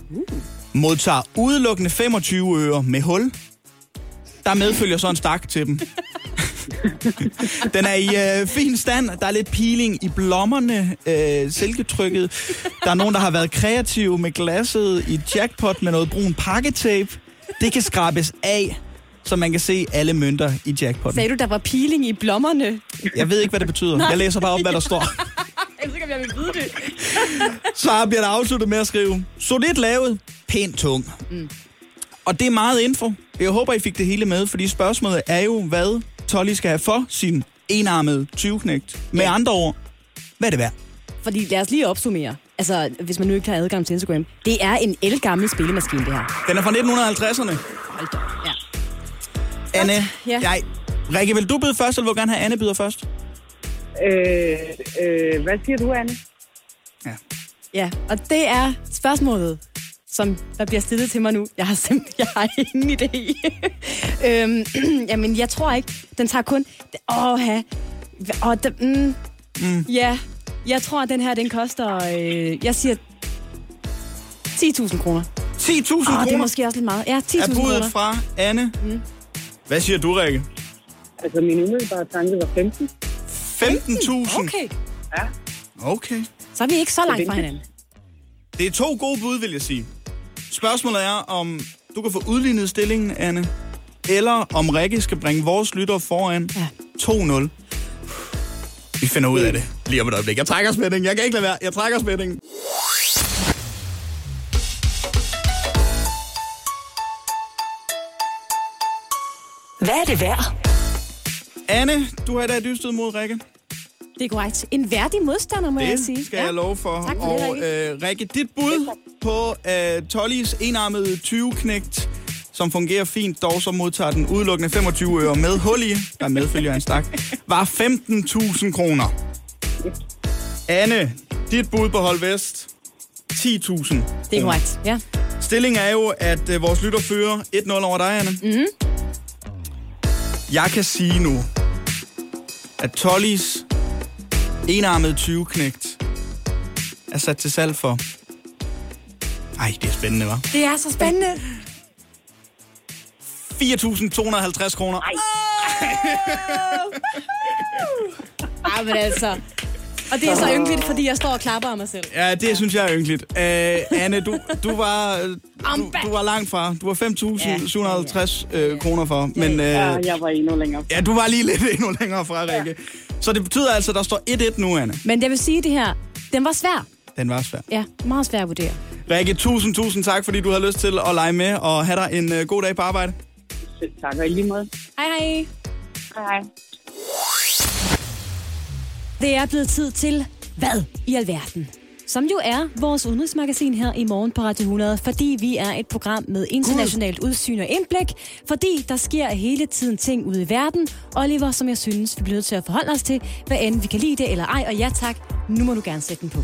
Modtager udelukkende 25 øre med hul. Der medfølger så en stak til dem. Den er i øh, fin stand. Der er lidt peeling i blommerne, øh, silketrykket. Der er nogen, der har været kreative med glasset i jackpot med noget brun pakketape. Det kan skrabes af, så man kan se alle mønter i jackpotten.
Sagde du, der var peeling i blommerne? Jeg
Jeg ved ikke, hvad det betyder. Jeg læser bare op, hvad der står.
ved ikke, om jeg vil vide det.
Så bliver der afsluttet med at skrive, solidt lavet, pænt tung. Mm. Og det er meget info. Jeg håber, I fik det hele med, fordi spørgsmålet er jo, hvad Tolly skal have for sin enarmede 20-knægt. Med andre ord, hvad er det værd?
Fordi lad os lige opsummere. Altså, hvis man nu ikke har adgang til Instagram. Det er en elgammel spillemaskine, det her.
Den er fra 1950'erne.
Hold da. op. Ja.
Anne,
ja.
jeg... Rikke, vil du byde først, eller vil du gerne have Anne byder først?
Øh, øh, hvad siger du, Anne?
Ja, og det er spørgsmålet, som der bliver stillet til mig nu. Jeg har simpelthen jeg har ingen idé. øhm, jamen, jeg tror ikke. Den tager kun... Åh, ha. Og den, mm, mm. Ja, jeg tror, at den her, den koster... Øh, jeg siger 10.000
10.000
kroner. Åh, det er
kroner
måske også lidt meget. Ja, 10.000
er
kroner.
budet fra Anne. Mm. Hvad siger du, Rikke?
Altså, min umiddelbare tanke var 15.
15.000?
Okay,
okay.
så er vi ikke så langt fra hinanden.
Det er to gode bud, vil jeg sige. Spørgsmålet er, om du kan få udlignet stillingen, Anne, eller om Rikke skal bringe vores lytter foran
Ja.
2-0. Vi finder ud af det lige om et øjeblik. Jeg trækker spændingen. Jeg kan ikke lade være. Jeg trækker spændingen.
Hvad er det værd?
Anne, du har i dag dystet mod Rikke.
Det er korrekt. En værdig modstander, må jeg sige.
Det skal jeg love for.
Tak for
og
det, Rikke.
Øh, Rikke, dit bud på øh, Tollys enarmede 20-knægt, som fungerer fint, dog så modtager den udelukkende 25 øre med hul i, der medfølger en stak, var 15.000 kroner. Anne, dit bud på Hold Vest, 10.000.
Det er korrekt, ja.
Stillingen er jo, at øh, vores lytter fører 1-0 over dig, Anne.
Mhm.
Mm. Jeg kan sige nu, at Tollys enarmede 20-knægt er sat til salg for... Ej, det er spændende, hva'?
Det er så spændende.
4.250 kroner.
Ej, men altså. Og det er så ynkeligt, fordi jeg står og klapper af mig selv.
Ja, det synes jeg er ynkeligt. Øh, Anne, du, du, var, øh, du, du var langt fra. Du var 5.750 øh, kroner for. Men,
Ja,
øh,
jeg var endnu længere.
ja, du var lige lidt endnu længere fra, Rikke. Så det betyder altså, at der står 1-1 nu, Anne.
Men jeg vil sige det her. Den var svær.
Den var svær.
Ja, meget svær at vurdere.
Rikke, tusind, tusind tak, fordi du har lyst til at lege med, og have dig en øh, god dag på arbejde.
Selv tak, og i lige måde.
Hej hej.
Hej.
Det er blevet tid til Hvad i alverden? Som jo er vores udenrigsmagasin her i morgen på Radio 100, fordi vi er et program med internationalt udsyn og indblik, fordi der sker hele tiden ting ude i verden, Oliver, som jeg synes, vi bliver nødt til at forholde os til, hvad end vi kan lide det eller ej, og ja tak, nu må du gerne sætte den på.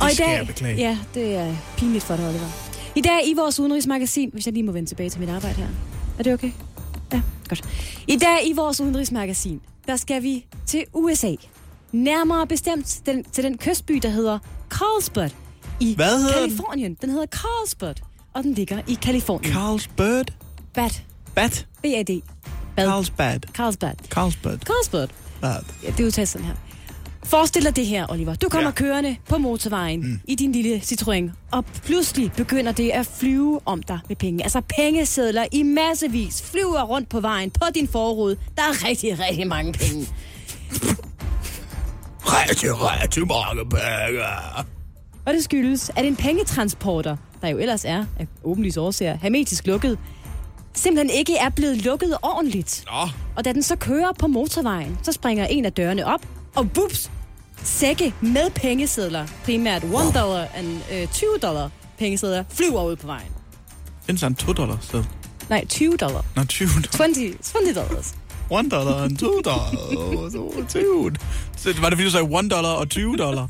Og i
skal jeg
dag,
beklage.
ja, det er pinligt for dig, Oliver. I dag i vores udenrigsmagasin, hvis jeg lige må vende tilbage til mit arbejde her. Er det okay? Ja, godt. I dag i vores udenrigsmagasin, der skal vi til USA. Nærmere bestemt den, til den kystby, der hedder Carlsbad i
Hvad hedder den?
Kalifornien. Den? den hedder Carlsbad, og den ligger i Kalifornien.
Carlsbad.
Bad.
Bad.
B-A-D. Bad.
Carlsbad.
Carlsbad.
Carlsbad.
Carlsbad.
Bad.
Ja, det udtales sådan her. Forestil dig det her, Oliver. Du kommer
Ja.
ja. kørende på motorvejen mm. i din lille Citroën, og pludselig begynder det at flyve om dig med penge. Altså pengesedler i massevis flyver rundt på vejen på din forrude. Der er rigtig, rigtig mange penge.
Rigtig, rigtig mange penge.
Og det skyldes, at en pengetransporter, der jo ellers er af åbenlyse årsager hermetisk lukket, simpelthen ikke er blevet lukket ordentligt.
Nå,
Og da den så kører på motorvejen, så springer en af dørene op, og bups, sække med pengesedler, primært 1 dollar and øh, 20 dollar pengesedler, flyver ud på vejen.
findes der en 2 dollar sted?
Nej, 20 dollar.
Nå, 20 dollar.
20, 20 dollars.
One dollar and two dollar. og så two. Så var det, fordi du sagde one dollar og 20 dollar?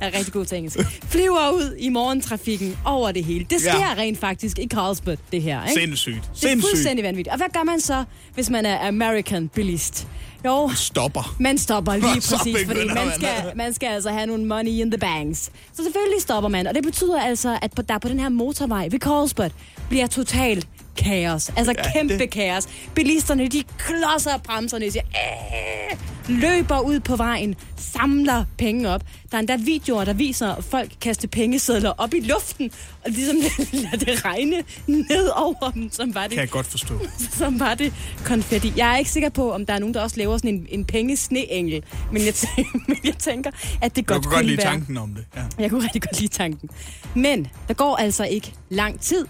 Jeg er rigtig god til engelsk. Flyver ud i morgentrafikken over det hele. Det sker
Ja.
ja. rent faktisk i Carlsbad, det her. Ikke?
Sindssygt.
Det er
Sindssygt.
fuldstændig vanvittigt. Og hvad gør man så, hvis man er American bilist? Jo,
Stopper.
man stopper lige
Så
præcis, fordi
begynder
man
man.
skal, man skal altså have nogle money in the banks. Så selvfølgelig stopper man, og det betyder altså, at på, der på den her motorvej ved Carlsbad bliver totalt kaos. Altså
Ja,
ja, kæmpe
det-
det. kaos. Bilisterne, de klodser af bremserne, de siger, "Æh!" løber ud på vejen, samler penge op. Der er endda videoer, der viser folk kaste pengesedler op i luften, og ligesom lader det regne ned over dem, som var det
Kan jeg godt forstå.
som var det konfetti. Jeg er ikke sikker på, om der er nogen, der også laver sådan en, en pengesneengel, men jeg, tæ- men jeg tænker, at det
Jeg
godt
kunne godt
kunne
lide
være.
tanken om det. Ja.
Jeg kunne rigtig godt lide tanken. Men der går altså ikke lang tid,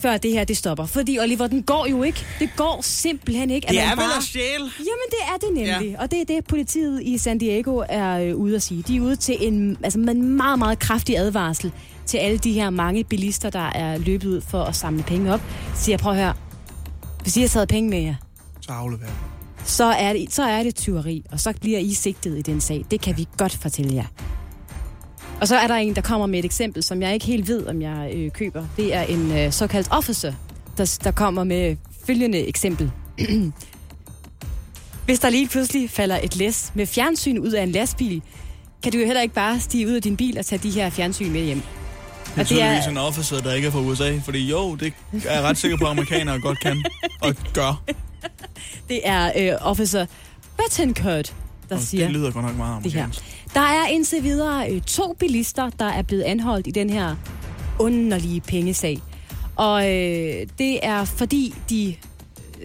før det her det stopper. Fordi Oliver, den går jo ikke. Det går simpelthen ikke. at man bare-
sjæl.
Jamen, det er det nemlig. Ja. Og det er det, politiet i San Diego er øh, ude at sige. De er ude til en, altså, med en meget, meget kraftig advarsel til alle de her mange bilister, der er løbet ud for at samle penge op. De siger, prøv at høre, hvis I har taget penge med jer,
Så afleverer jeg.
så er, det, så er det tyveri, og så bliver I sigtet i den sag. Det kan vi godt fortælle jer. Og så er der en, der kommer med et eksempel, som jeg ikke helt ved, om jeg øh, køber. Det er en øh, såkaldt officer, der, der kommer med følgende eksempel. Hvis der lige pludselig falder et læs med fjernsyn ud af en lastbil, kan du jo heller ikke bare stige ud af din bil og tage de her fjernsyn med hjem.
Det er tydeligvis en officer, der ikke er fra USA, fordi jo, det er jeg ret sikker på, at amerikanere godt kan og gør.
Det er øh, officer Bettencourt, der
Og
siger...
det lyder godt nok meget
det her.
amerikansk.
Der er indtil videre øh, to bilister, der er blevet anholdt i den her underlige pengesag. Og øh, det er fordi, de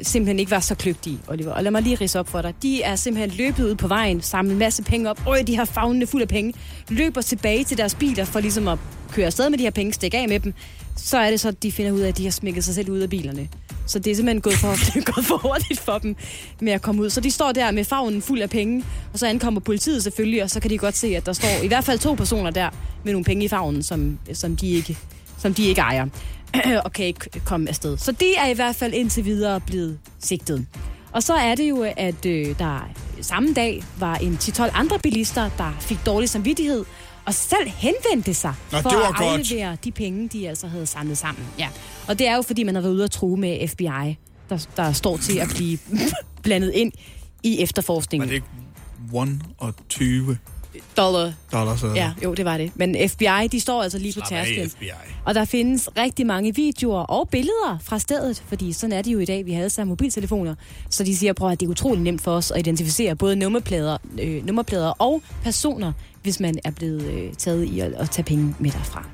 simpelthen ikke var så kløgtige, Oliver. Og lad mig lige rise op for dig. De er simpelthen løbet ud på vejen, samlet en masse penge op. Øj, de har fagnene fuld af penge. Løber tilbage til deres biler for ligesom at køre afsted med de her penge, stikke af med dem. Så er det så, at de finder ud af, at de har smækket sig selv ud af bilerne. Så det er simpelthen gået for, gået for hurtigt for dem med at komme ud. Så de står der med favnen fuld af penge, og så ankommer politiet selvfølgelig, og så kan de godt se, at der står i hvert fald to personer der med nogle penge i favnen, som, som, de, ikke, som de ikke ejer og kan ikke komme afsted. Så de er i hvert fald indtil videre blevet sigtet. Og så er det jo, at øh, der samme dag var en 10-12 andre bilister, der fik dårlig samvittighed, og selv henvendte sig
Nå,
for
det var
at
godt.
aflevere de penge, de altså havde samlet sammen. Ja. Og det er jo, fordi man har været ude og true med FBI, der, der står til at blive blandet ind i
Var
efterforskningen.
det ikke 21
Dollar.
dollars? Eller?
Ja, jo, det var det. Men FBI, de står altså lige på
Slap af,
tærsklen.
FBI.
Og der findes rigtig mange videoer og billeder fra stedet, fordi sådan er det jo i dag. Vi havde sammen mobiltelefoner, så de siger, prøv at det er utroligt nemt for os at identificere både nummerplader, øh, nummerplader og personer, hvis man er blevet øh, taget i at, at tage penge med derfra.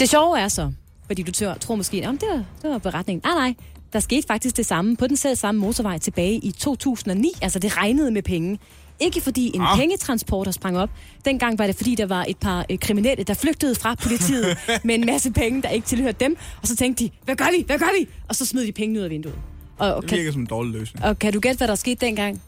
Det sjove er så, fordi du tør, tror måske, om det, var, det var beretningen. Nej, nej, der skete faktisk det samme på den selv samme motorvej tilbage i 2009. Altså, det regnede med penge. Ikke fordi en ah. pengetransporter sprang op. Dengang var det, fordi der var et par øh, kriminelle, der flygtede fra politiet med en masse penge, der ikke tilhørte dem. Og så tænkte de, hvad gør vi? Hvad gør vi? Og så smed de pengene ud af vinduet. Og, og,
Det
kan,
virker som en dårlig løsning.
og kan du gætte, hvad der skete dengang?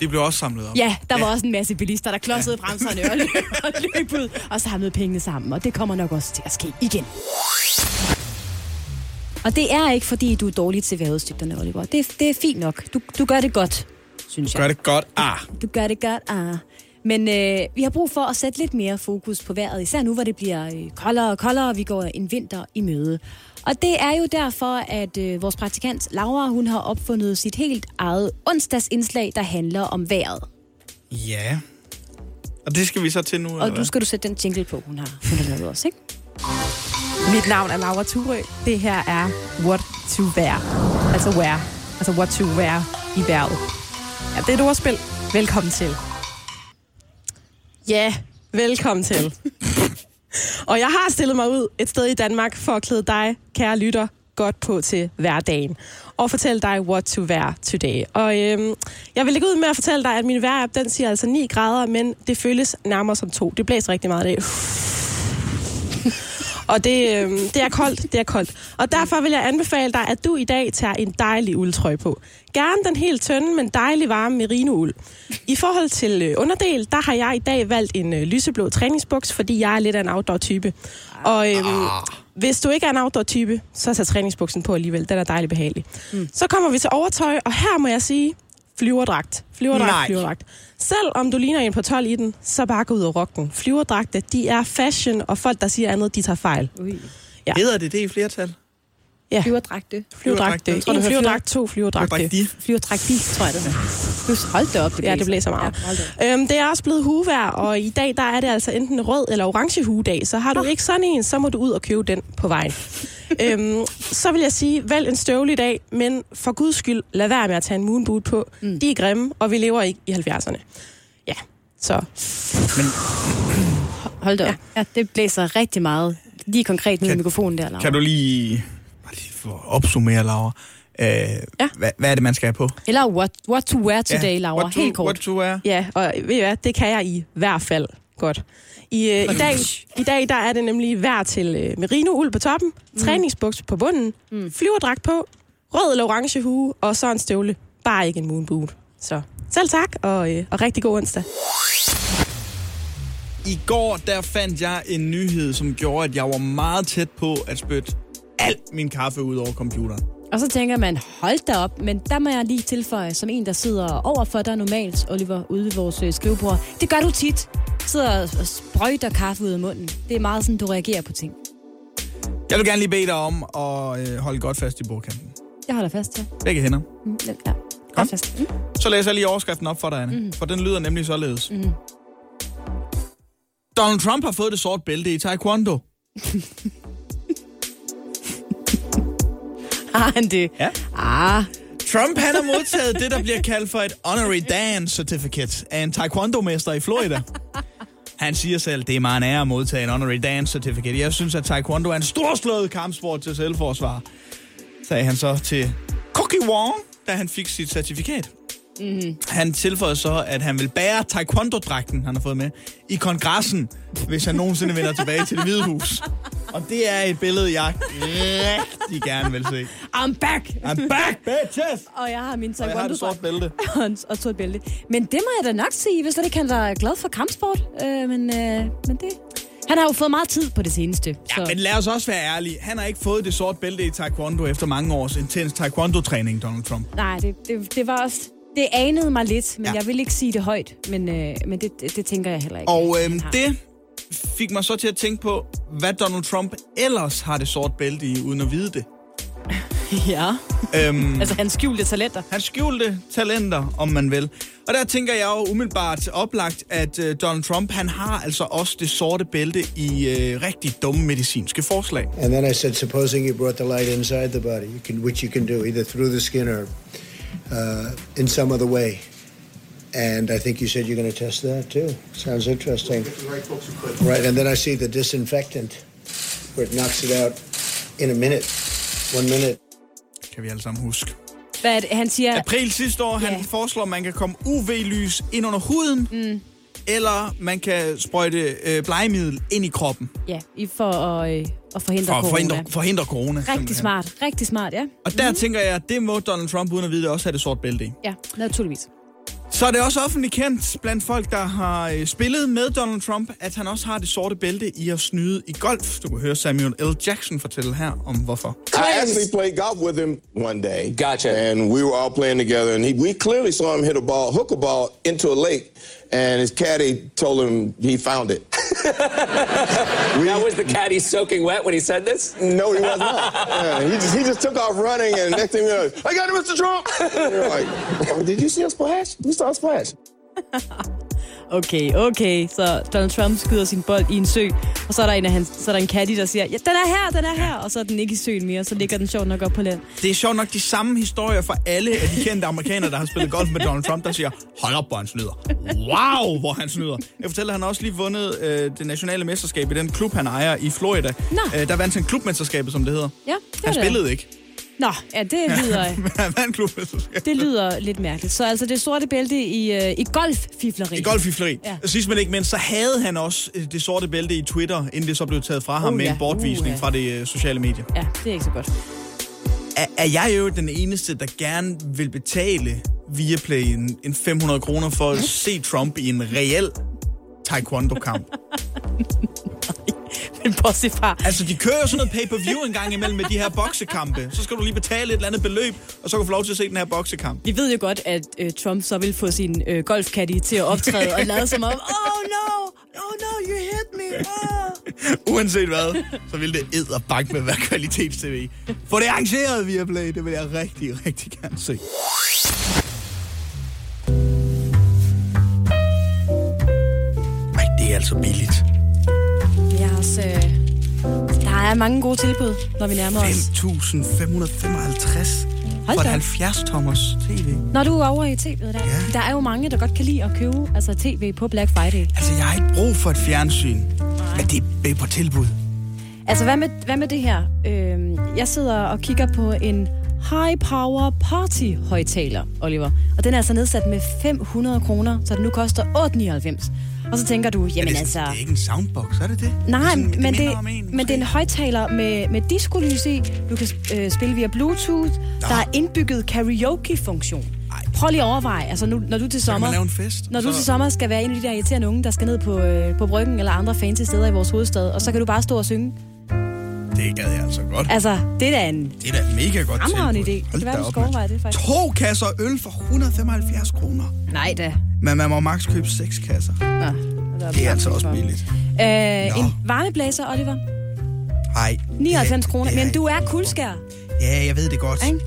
Det blev også samlet op.
Ja, der var også en masse bilister, der klodsede bremserne og løb, og løb ud og samlede pengene sammen. Og det kommer nok også til at ske igen. Og det er ikke, fordi du er dårlig til vejrudsigterne, Oliver. Det, det er fint nok. Du, du gør det godt, synes jeg.
Gør det godt. Ah,
Du gør det godt, ah. Men øh, vi har brug for at sætte lidt mere fokus på vejret, især nu, hvor det bliver øh, koldere og koldere, og vi går en vinter i møde. Og det er jo derfor, at øh, vores praktikant Laura, hun har opfundet sit helt eget onsdagsindslag, der handler om vejret.
ja. Og det skal vi så til nu,
Og nu skal du sætte den jingle på, hun har, hun har lavet også, ikke?
Mit navn er Laura Turø. Det her er What to Wear. Altså wear. Altså what to wear i vejret. Ja, det er et ordspil. Velkommen til. Ja, velkommen til. Og jeg har stillet mig ud et sted i Danmark for at klæde dig, kære lytter, godt på til hverdagen. Og fortælle dig, what to wear today. Og øhm, jeg vil lægge ud med at fortælle dig, at min vejrapp, den siger altså 9 grader, men det føles nærmere som 2. Det blæser rigtig meget i dag. Og det, øh, det er koldt, det er koldt. Og derfor vil jeg anbefale dig, at du i dag tager en dejlig uldtrøje på. Gerne den helt tynde, men dejlig varme merinould. I forhold til øh, underdel, der har jeg i dag valgt en øh, lyseblå træningsbuks, fordi jeg er lidt af en outdoor-type. Og øh, hvis du ikke er en outdoor-type, så tag træningsbuksen på alligevel. Den er dejlig behagelig. Mm. Så kommer vi til overtøj, og her må jeg sige, flyverdragt. Flyverdragt,
Nej.
flyverdragt. Selv om du ligner en på 12 i den, så bare gå ud og rock den. Flyverdragte, de er fashion, og folk, der siger andet, de tager fejl.
Ui.
Ja.
Hedder det det i flertal?
Flyverdragte.
Flyverdragte.
Jeg tror,
En
det hedder
flyverdragt, to flyverdragte.
Drægtige.
Flyverdragte, tror jeg det er. Hold da op, det
Ja, det blæser meget. Øhm, det er også blevet hugevejr, og i dag der er det altså enten rød eller orange hugedag, så har du ikke sådan en, så må du ud og købe den på vejen. øhm, så vil jeg sige, vælg en støvle i dag, men for guds skyld, lad være med at tage en moonboot på. Mm. De er grimme, og vi lever ikke i 70'erne. Ja, så
Hold da op. Ja. ja, det blæser rigtig meget. Lige konkret nu i
Kan-
mikrofonen der, Laura.
Kan du lige, bare lige for at opsummere, Laura? Øh, ja. hvad, hvad er det, man skal have på?
Eller what, what to wear today, ja. Laura,
what to,
helt kort.
What to wear?
Ja, og ved I hvad, det kan jeg i hvert fald godt. I, øh, i, dag, I dag der er det nemlig vejr til øh, merinould på toppen, mm. træningsbuks på bunden, mm. flyverdragt på, rød eller orange hue, og så en støvle. Bare ikke en moonboot. Så selv tak, og, øh, og rigtig god onsdag.
I går, der fandt jeg en nyhed, som gjorde, at jeg var meget tæt på at spytte al min kaffe ud over computeren.
Og så tænker man, hold da op, men der må jeg lige tilføje, som en, der sidder overfor dig normalt, Oliver, ude ved vores øh, skrivebord. Det gør du tit. Sidder og- og sprøjter kaffe ud af munden. Det er meget sådan, du reagerer på ting.
Jeg vil gerne lige bede dig om at øh, holde godt fast i bordkanten.
Jeg holder fast til.
Begge hænder.
Mm, ja, ja. Hold fast. Mm.
Så læser jeg lige overskriften op for dig, Anne. Mm. For den lyder nemlig således. Mm. Donald Trump har fået det sorte bælte i taekwondo.
Har han det?
Ja.
Ah,
Trump han har modtaget det, der bliver kaldt for et honorary dance certificate af en taekwondo-mester i Florida. Han siger selv, det er meget en ære at modtage en honorary dance certificate. Jeg synes, at taekwondo er en storslået kampsport til selvforsvar, sagde han så til Cookie Wong, da han fik sit certifikat. Mm. Han tilføjede så, at han vil bære taekwondo-dragten, han har fået med, i kongressen, hvis han nogensinde vender tilbage til det hvide hus. Og det er et billede, jeg rigtig gerne vil se.
I'm back!
I'm back, bitches!
Og jeg har min
Og jeg har det
taekwondo
sorte bælte.
og, en- og to et bælte. Men det må jeg da nok sige, hvis det kan være glad for kampsport. Øh, men, øh, men det... Han har jo fået meget tid på det seneste. Ja,
Men lad os også være ærlige. Han har ikke fået det sorte bælte i taekwondo efter mange års intens taekwondo-træning, Donald Trump.
Nej, det, det, det var også... Det anede mig lidt, men
Ja.
ja. jeg vil ikke sige det højt. Men, øh, men det, det, det tænker jeg heller ikke.
Og
at han
øhm,
har.
det fik mig så til at tænke på, hvad Donald Trump ellers har det sorte bælte i, uden at vide det.
Ja,
Øhm,
altså hans skjulte talenter.
han skjulte talenter, om man vil. Og der tænker jeg jo umiddelbart oplagt, at øh, Donald Trump, han har altså også det sorte bælte i øh, rigtig dumme medicinske forslag.
And then I said, supposing you brought the light inside the body, you can, which you can do either through the skin or uh, in some other way. And I think you said you're going to test that too. Sounds interesting. Right, and then I see the disinfectant where it knocks it out in a minute, one minute.
Kan vi alle sammen huske.
Hvad er det? Han siger...
april sidste år, han
Ja.
foreslår, at man kan komme UV-lys ind under huden, mm. eller man kan sprøjte øh, blegemiddel ind i kroppen
Ja, i for at, øh, at forhindre
for at
corona.
forhindre, forhindre corona.
Rigtig
simpelthen.
smart, Mm. rigtig smart, ja.
Og der tænker jeg, at det må Donald Trump, uden at vide det, også have det sort bælte i.
Ja, naturligvis.
Så er det også offentligt kendt blandt folk, der har øh, spillet med Donald Trump, at han også har det sorte bælte i at snyde i golf. Du kan høre Samuel L. Jackson fortælle her om hvorfor.
I actually played golf with him one day. Gotcha. And we were all playing together, and he, we clearly saw him hit a ball, hook a ball into a lake, and his caddy told him he found it. that was the caddy soaking wet when he said this? No, he was not. Yeah, he, just, he just took off running, and next thing you know, I got it, Mr. Trump! And you're like, "Oh, did you see a splash? We saw a splash.
Okay, okay. Så Donald Trump skyder sin bold i en sø, og så er der en, af hans, så er der en katty, der siger, ja, den er her, den er her, og så er den ikke i søen mere, så ligger den sjovt nok op på land.
Det er sjovt nok de samme historier fra alle af de kendte amerikanere, der har spillet golf med Donald Trump, der siger, hold op, hvor han snyder. Wow, hvor han snyder. Jeg fortæller, at han har også lige vundet øh, det nationale mesterskab i den klub, han ejer i Florida.
Nå.
Øh, der vandt han klubmesterskabet, som det hedder.
Ja, det
han
er det.
spillede ikke.
Nå, ja, det lyder,
Vandklubben.
det lyder lidt mærkeligt. Så altså det sorte bælte i, øh, i golffifleri.
I golffifleri.
Ja.
Ja. Sidst men ikke mindst, så havde han også øh, det sorte bælte i Twitter, inden det så blev taget fra ham
Uh,
med
ja.
en bortvisning
Uh, ja.
fra det øh, sociale medie.
Ja, det er ikke så godt.
Er, er jeg jo den eneste, der gerne vil betale Viaplay en, en 500 kroner for at se Trump i en reel taekwondo-kamp?
Men bortset fra,
altså, de kører jo sådan noget pay-per-view en gang imellem med de her boksekampe. Så skal du lige betale et eller andet beløb, og så kan du få lov til at se den her boksekamp.
vi ved jo godt, at øh, Trump så vil få sin øh, golfkatti til at optræde og lade som om, oh no, oh no, you hit me, oh.
Uanset hvad, så vil det edderbank med være kvalitets-tv. For det er arrangeret via Play, det vil jeg rigtig, rigtig gerne se. Ej, det er altså billigt.
Yes, øh, der er mange gode tilbud, når vi nærmer os.
5.555
Hold
for et
da op.
70-tommers tv.
Når du er over i tv'et der,
Ja.
der er jo mange, der godt kan lide at købe altså, tv på Black Friday.
Altså, jeg har ikke brug for et fjernsyn, men det er på tilbud.
Altså, hvad med, hvad med det her? Øhm, jeg sidder og kigger på en High Power Party højtaler, Oliver. Og den er altså nedsat med 500 kroner, så den nu koster 8,99. Og så tænker du,
Men
jamen
det, er sådan,
altså...
det er ikke en soundbox, er det det? det er
Nej,
sådan,
men, det,
minder om en,
men det er en
måske.
højtaler med, med diskolys i. Du kan øh, spille via Bluetooth. Nå. Der er indbygget karaoke-funktion. Prøv lige at overveje, altså nu, når du til sommer...
man lave en fest?
Når du
Så-
til sommer skal være en af de der irriterende unge, der skal ned på, øh, på bryggen eller andre fancy steder i vores hovedstad, og så kan du bare stå og synge.
Det gad jeg altså godt.
Altså, det er da en
Det er da et mega godt
Fremragende
tilbud.
idé. Det
Hold
kan være,
da
du
op,
skal
mand.
overveje det, faktisk.
To kasser øl for 175 kroner.
Nej da.
Men man må maks købe seks kasser.
Nå, der
Det er altså
plads
også
for.
billigt. Nå.
Øh, en varmeblæser, Oliver.
Hej.
99 kroner.
det
Men
ikke
du er
brug for.
kuldskær.
Ja, jeg ved det godt.
Ikke?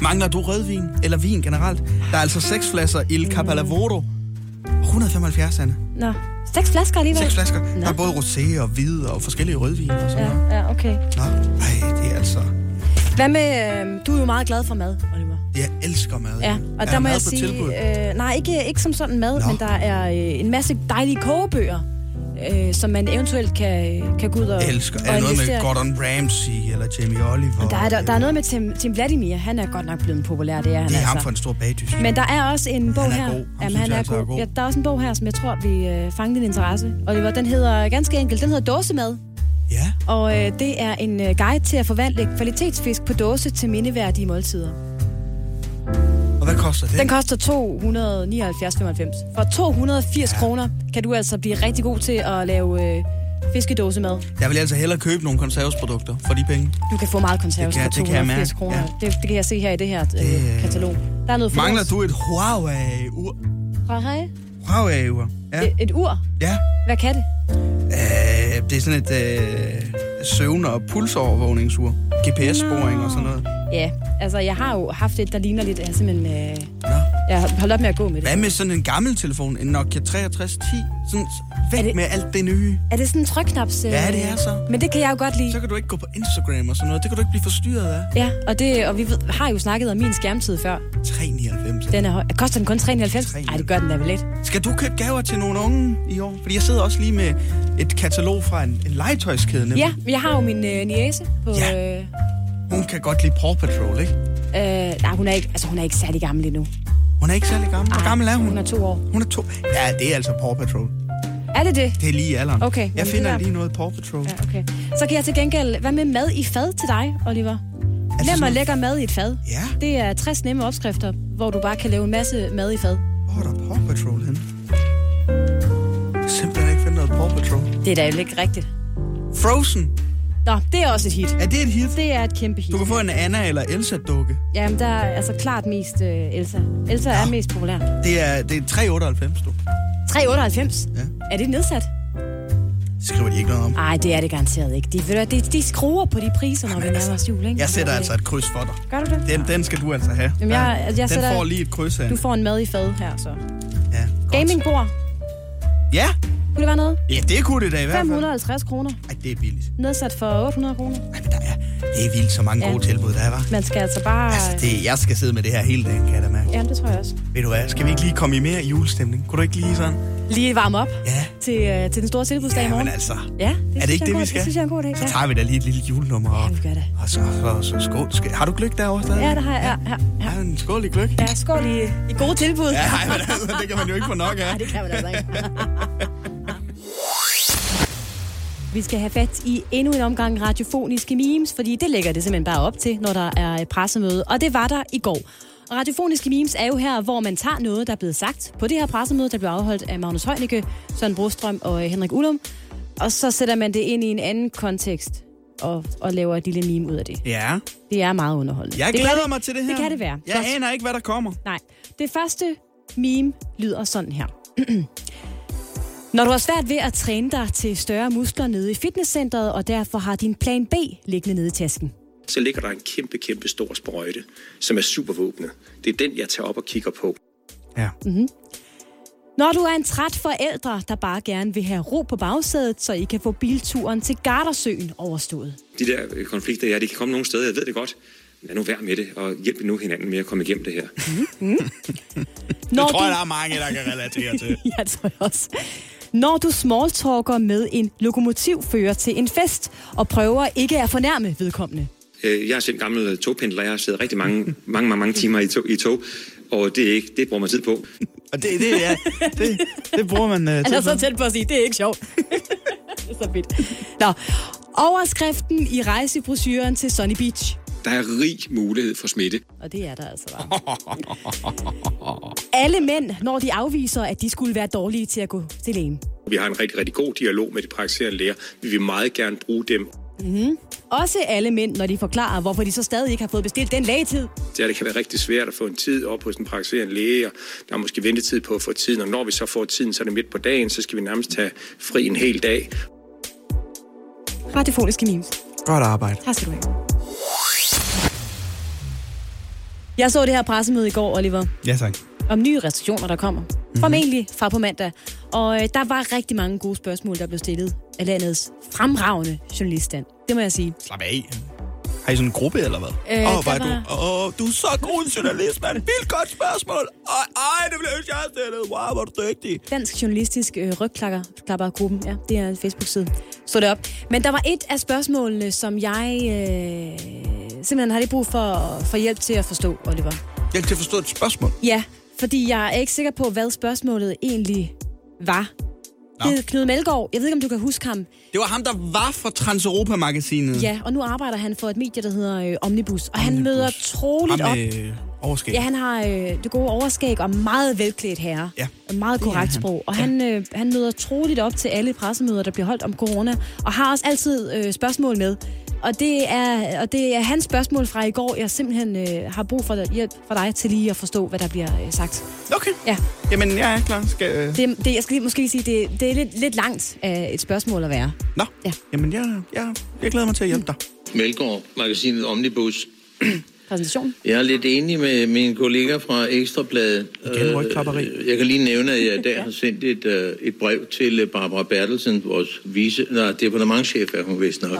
Mangler du rødvin? Eller vin generelt? Der er altså seks flasker Il Capalavoro. 175, Anne.
Nå, seks flasker alligevel.
Seks flasker.
Nå.
Der er både rosé og hvid og forskellige rødvin og sådan noget.
Ja, ja, okay.
Nå, ej, det er altså...
Hvad med, øh, du er jo meget glad for mad, Oliver.
Jeg elsker mad.
Ja,
Er
og der må
mad
jeg
på
sige,
tilbud?
øh, nej, ikke, ikke som sådan mad,
Nå.
men der er øh, en masse dejlige kogebøger, øh, som man eventuelt kan, kan gå ud og,
Jeg elsker. Er
og
det noget med
investere i.
Gordon Ramsay eller Jamie Oliver?
Der er, der, der er noget med Tim, Tim Vladimir, han er godt nok blevet populær, det er han
Det er
altså.
ham for en stor bagdyst.
Men der er også en bog
er
her.
god. Ham synes
han
jeg
er
altså er
god.
god.
Ja, der er også en bog her, som jeg tror, vi øh, fangede din interesse. Oliver, den hedder ganske enkelt, den hedder Dåsemad.
Ja.
Og øh, det er en øh, guide til at forvandle kvalitetsfisk på dåse til mindeværdige måltider.
Og hvad koster det?
Den koster 279,95. For 280 ja. kroner kan du altså blive rigtig god til at lave øh, fiskedåsemad.
Jeg vil altså hellere købe nogle konservesprodukter for de penge.
Du kan få meget konserves
Det kan-
for
det kan jeg
280
mærke,
kroner. Ja. Det, det kan jeg se her i det her øh, katalog. Der er noget for
Mangler du et Huawei-ur?
Hej.
Huawei-ur? Ja.
Et, et ur?
ja.
Hvad kan det?
Øh, det er sådan et øh, søvn- og pulsovervågningsur. GPS-sporing og sådan noget.
Ja, altså jeg har jo haft et, der ligner lidt, altså, men øh,
Nå.
jeg har holdt op med at gå med det.
Hvad med sådan en gammel telefon? En Nokia 6310? Sådan, væk
Er det-
med alt det nye.
Er det sådan en trykknaps? Øh,
Ja, det er så.
Men det kan jeg jo godt lide.
Så kan du ikke gå på Instagram og sådan noget. Det kan du ikke blive forstyrret af.
Ja, og, det, og vi ved, har jo snakket om min skærmtid før.
399.
Den er høj. Koster den kun 93?
93.
Nej, det gør den da vel lidt.
Skal du købe gaver til nogle unge i år? Fordi jeg sidder også lige med et katalog fra en, en legetøjskæde. nemlig.
Ja, men jeg har jo min øh, niæse på...
Ja.
Øh,
Hun kan godt lide Paw Patrol, ikke?
øh, nej, hun er, ikke, altså, hun er ikke særlig gammel endnu.
Hun er ikke særlig gammel. Hvor
Ej,
gammel er hun?
Hun er to år.
Hun er to. Ja, det er altså Paw Patrol.
Er det det?
Det er lige i alderen.
Okay,
Jeg
jamen, det
finder
er-
lige noget Paw Patrol.
Ja, okay. Så kan jeg til gengæld... Hvad med mad i fad til dig, Oliver?
Altså
Nem
sådan-
og lækker mad i et fad.
Ja.
Det er 60 nemme opskrifter, hvor du bare kan lave en masse mad i fad.
Hvor er der Paw Patrol henne? Jeg kan Simpelthen ikke finde noget Paw Patrol.
Det er da jo ikke rigtigt.
Frozen.
Nå, det er også et hit.
Er det et hit?
Det er et kæmpe hit.
Du kan få en Anna eller Elsa-dukke.
Jamen, der er altså klart mest øh, Elsa. Elsa er mest populær.
Det er, det er 398, du.
398?
Ja.
Er det nedsat?
Det skriver de ikke noget om.
Nej, det er det garanteret ikke. De, ved du hvad, de, de skruer på de priser, når vi nærmer os jul, ikke?
Jeg sætter
Gør
altså
det.
et kryds for dig.
Gør du det?
Den, den skal du altså have.
Jamen, jeg-
Ja.
altså, jeg
den
sætter-
får lige et kryds af.
Du får en mad i fad her, så.
Ja, godt.
Gamingbord.
Ja.
Kunne det være noget?
ja, det kunne det da i hvert fald.
550 kroner.
Ej, det er billigt.
Nedsat for 800 kroner.
Ej, men der er, det er vildt så mange
Ja.
gode tilbud, der er, var.
Man skal altså bare...
Altså, det, jeg skal sidde med det her hele dagen, kan jeg da mærke.
Jamen, det tror jeg også.
Ved du hvad, skal vi ikke lige komme i mere julestemning? Kunne du ikke lige sådan?
Lige varme op
Ja.
til, øh, til den store tilbudsdag i
Ja,
morgen.
men altså.
Ja,
er
det,
det
synes
ikke
jeg
det,
er
vi
god-
skal?
Det synes jeg er en god dag.
Så
ja.
tager vi da lige et lille julenummer.
Ja,
Og,
vi gør det.
og så, så, så, skål. Skal, har du gløk derovre stadig?
Ja, der har jeg. Ja, ja, ja.
Ja, en skål i gløk.
ja skål i, i gode tilbud.
Ja, nej, men altså, det kan man jo ikke få nok af.
Nej, det kan man altså ikke. Vi skal have fat i endnu en omgang radiofoniske memes, fordi det lægger det simpelthen bare op til, når der er et pressemøde. Og det var der i går. Og radiofoniske memes er jo her, hvor man tager noget, der er blevet sagt på det her pressemøde, der blev afholdt af Magnus Heunicke, Søren Brostrøm og øh, Henrik Ullum. Og så sætter man det ind i en anden kontekst og, og laver et lille meme ud af det.
Ja,
Det er meget underholdende.
jeg
det kan
glæder
det,
mig til det her.
Det kan det være.
Jeg aner ikke, hvad der kommer.
Nej. Det første meme lyder sådan her. Når du har svært ved at træne dig til større muskler nede i fitnesscenteret, og derfor har din plan B liggende nede i tasken.
så ligger der en kæmpe, kæmpe stor sprøjte, som er supervåbnet. Det er den, jeg tager op og kigger på.
Ja.
Når du er en træt forældre, der bare gerne vil have ro på bagsædet, så I kan få bilturen til Gardersøen overstået.
De der øh, konflikter, ja, de kan komme nogle steder, jeg ved det godt. Men lad nu være med det, og hjælp nu hinanden med at komme igennem det her.
Når
Jeg tror,
Mhm. du...
der er mange, der kan relatere til.
Ja, det tror jeg også. Når du smalltalker med en lokomotivfører til en fest, og prøver ikke at fornærme vedkommende.
Øh, Jeg er selv gammel øh, togpendler, jeg har siddet rigtig mange, mange, mange, mange timer i tog, i tog og det, er ikke, det bruger man tid på.
Og det, det, ja, det, det bruger man uh,
Han er
til.
Altså, så tæt på at sige, det er ikke sjovt. det er så fedt. Nå, overskriften i rejsebrosyren til Sunny Beach.
Der er rig mulighed for smitte.
Og det er der altså bare. Alle mænd, når de afviser, at de skulle være dårlige til at gå til lægen.
Vi har en rigtig, rigtig god dialog med de praktiserende læger. Vi vil meget gerne bruge dem.
Også alle mænd, når de forklarer, hvorfor de så stadig ikke har fået bestilt den lægetid.
Ja, det kan være rigtig svært at få en tid op hos en praktiserende læge, og der er måske ventetid på at få tiden, og når vi så får tiden, så er det midt på dagen, så skal vi nærmest tage fri en hel dag.
Radiofoniske memes.
Godt arbejde.
Tak skal du have. Jeg så det her pressemøde i går, Oliver.
Ja, tak.
om nye restriktioner, der kommer. Formentlig fra på mandag. Og øh, der var rigtig mange gode spørgsmål, der blev stillet af landets fremragende journaliststand. Det må jeg sige.
Slap af. Har I sådan en gruppe, eller hvad?
Øh,
Åh,
der
hvor er du?
var-
Åh, du er så god en journalist, mand. Vildt godt spørgsmål. Ej, ej, det blev jeg også stillet. Wow, hvor er du dygtig.
Dansk Journalistisk øh, Rygklapper-gruppen, ja, det er en Facebook-side, stod det op. Men der var et af spørgsmålene, som jeg øh, simpelthen har lige brug for, for hjælp til at forstå, Oliver.
Jeg kan forstå et spørgsmål.
Ja, fordi jeg er ikke sikker på, hvad spørgsmålet egentlig var.
Nå. Mm.
Det er Knud Melgaard. Jeg ved ikke, om du kan huske ham.
Det var ham, der var fra Transeuropa-magasinet.
Ja, og nu arbejder han for et medie, der hedder øh, Omnibus. Og han møder troligt op.
Ham med overskæg.
Ja, han har øh, det gode overskæg og meget velklædt herre.
Ja.
Og Meget
Det er
korrekt
han.
sprog. Og han, øh, han møder troligt op til alle pressemøder, der bliver holdt om corona, og har også altid øh, spørgsmål med. Og det, er, og det er hans spørgsmål fra i går, jeg simpelthen øh, har brug for hjælp fra dig til lige at forstå, hvad der bliver øh, sagt.
Okay.
Ja,
Jamen, jeg er klar. Skal, øh...
det, det, jeg skal lige, måske lige sige, det, det er lidt, lidt langt øh, et spørgsmål at være.
Nå,
Ja.
jamen, jeg, jeg, jeg glæder mig til at hjælpe dig.
Melgaard, magasinet Omnibus.
Præsentation.
Jeg er lidt enig med mine kolleger fra Ekstrabladet.
Igen rygklapperi.
Øh, Jeg kan lige nævne, at jeg i dag har sendt et, øh, et brev til øh, Barbara Bertelsen, vores vice, nej, departementchef er hun vist nok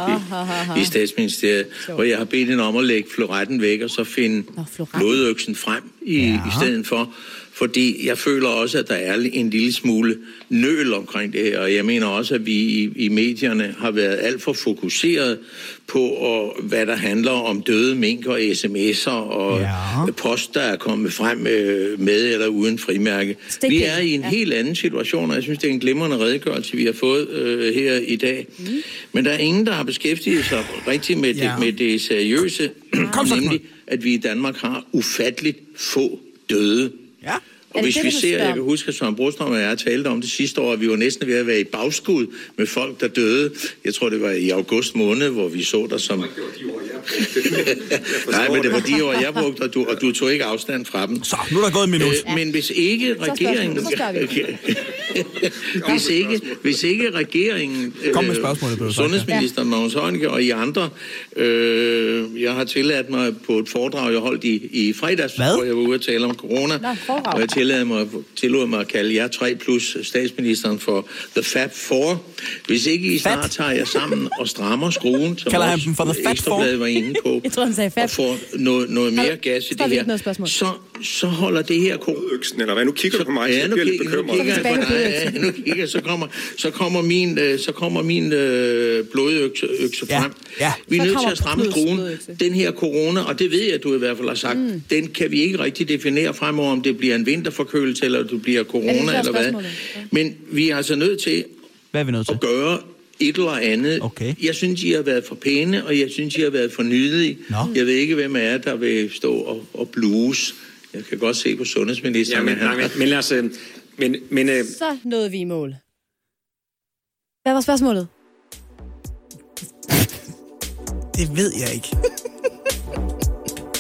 i, i statsministeriet, hvor jeg har bedt hende om at lægge floretten væk og så finde
Nå, floretten.
blodøksen frem i, ja. i stedet for. Fordi jeg føler også, at der er en lille smule nøl omkring det her, og jeg mener også, at vi i, i medierne har været alt for fokuseret på, og, hvad der handler om døde mink og sms'er og
Ja.
ja. post, der er kommet frem øh, med eller uden frimærke.
Stik
Vi
det.
er i en
Ja.
helt anden situation, og jeg synes, det er en glimrende redegørelse, vi har fået øh, her i dag. Mm. Men der er ingen, der har beskæftiget sig rigtig med,
Ja.
det, med det seriøse,
Kom så,
nemlig at vi i Danmark har ufatteligt få døde.
Ja.
Er det
Og hvis
det,
vi
du
ser,
spørger
jeg kan
om?
huske, at Søren Brostrøm og jeg talte om det sidste år, at vi var næsten ved at være i bagskud med folk, der døde. Jeg tror, det var i august måned, hvor vi så dig som... Nej, men det var de år, jeg brugte, og du, og du tog ikke afstand fra dem.
Så, nu er der gået en minut.
Øh, men hvis ikke regeringen...
Så spørger
hvis, ikke, hvis ikke regeringen...
Kom med
øh,
spørgsmålet, blev der sagt, ja.
Sundhedsministeren Magnus Heunicke og I andre... Øh, jeg har tilladt mig på et foredrag, jeg holdt i, i fredags,
Hvad?
hvor jeg var ude at tale om corona.
Nå, foredrag.
og jeg tillod mig, tillod mig at kalde jer tre plus statsministeren for The Fab Four. Hvis ikke I snart tager jer sammen og strammer skruen, som
Kalder han
også
dem for The Fat Four?
Ekstrabladet var inde på,
Jeg tror, han sagde Fab.
og får noget, noget mere gas i
Står
det
vi ikke
her,
noget spørgsmål?
så
så holder det her ko...
Øksen, eller hvad? Nu kigger du på mig, så
ja,
jeg
nu
bliver lidt
kigger, nu
bekymret.
kigger jeg på dig, ja, nu kigger, jeg, så kommer, så kommer min, øh, så kommer min øh, blodøkse økse frem.
Ja.
Vi er
Så
nødt til
kommer
at stramme
blodøkse,
skruen.
blodøkse.
Den her corona, og det ved jeg, at du i hvert fald har sagt, mm. den kan vi ikke rigtig definere fremover, om det bliver en vinterforkølelse, eller det bliver corona,
Ja, det er
eller hvad.
spørgsmålet.
Men vi er altså nødt til
Hvad er vi nødt til?
at gøre et eller andet. Okay. Jeg synes, I har været for pæne, og jeg synes, I har været for nydelige.
Nå.
Jeg ved ikke, hvem af jer, der vil stå og, og blues. Jeg kan godt se på sundhedsministeren.
Ja, men- nej, men- men lad os... Men, men øh,
Så nåede vi i mål. Hvad var spørgsmålet?
Det ved jeg ikke.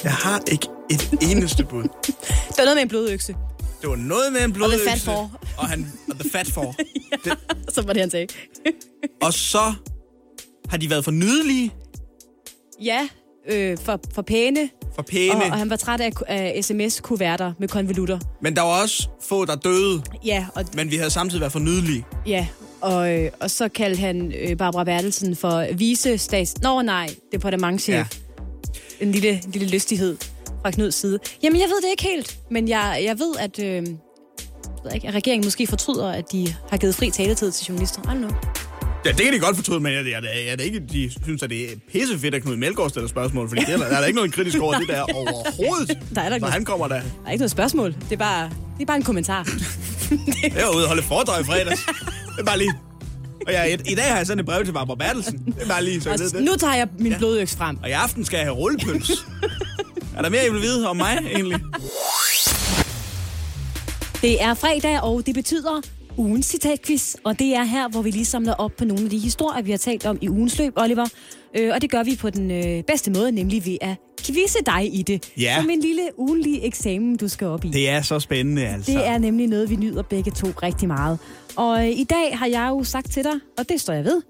Jeg har ikke et eneste bud.
Det var noget med en blodøkse.
Det var noget med en
Og
blodøkse.
the fat for.
Og, han, og the fat for.
Så var det, han sagde.
Og så har de været for nydelige,
Ja, øh, for, for pæne.
for pæne.
Og, og han var træt af, af sms-kuverter med konvolutter.
Men der var også få, der døde.
Ja, og,
Men vi havde samtidig været for nydelige.
ja, og, øh, og så kaldte han øh, Barbara Bertelsen for vice stats... Nå nej, departementchef. Ja. En lille, en lille lystighed fra Knuds side. Jamen, jeg ved det ikke helt, men jeg, jeg ved, at, øh, jeg ved ikke, at regeringen måske fortryder, at de har givet fri taletid til journalister. I don't know.
Ja, det kan de godt fortryde, men jeg, jeg, jeg, jeg, ikke, de synes, at det er pissefedt, at Knud Melgaard stiller spørgsmål, fordi der, der er der ikke noget kritisk over det der
Nej.
overhovedet.
Der er der ikke
Så han kommer da.
Der er ikke noget spørgsmål. Det er bare, det er bare en kommentar.
Jeg var ude og holde foredrag i fredags. Det er bare lige. Og jeg, i, i dag har jeg sendt et brev til Barbara Bertelsen. Det er bare lige, så jeg
Og
ved det.
nu tager jeg min ja. blodøks frem.
Og i aften skal jeg have rullepøls. er der mere, I vil vide om mig, egentlig?
Det er fredag, og det betyder ugens citatquiz. Og det er her, hvor vi lige samler op på nogle af de historier, vi har talt om i ugens løb, Oliver. Øh, og det gør vi på den øh, bedste måde, nemlig ved at quizze dig i det.
Ja.
Som en lille ugenlig eksamen, du skal op i.
Det er så spændende, altså.
Det er nemlig noget, vi nyder begge to rigtig meget. Og øh, i dag har jeg jo sagt til dig, og det står jeg ved,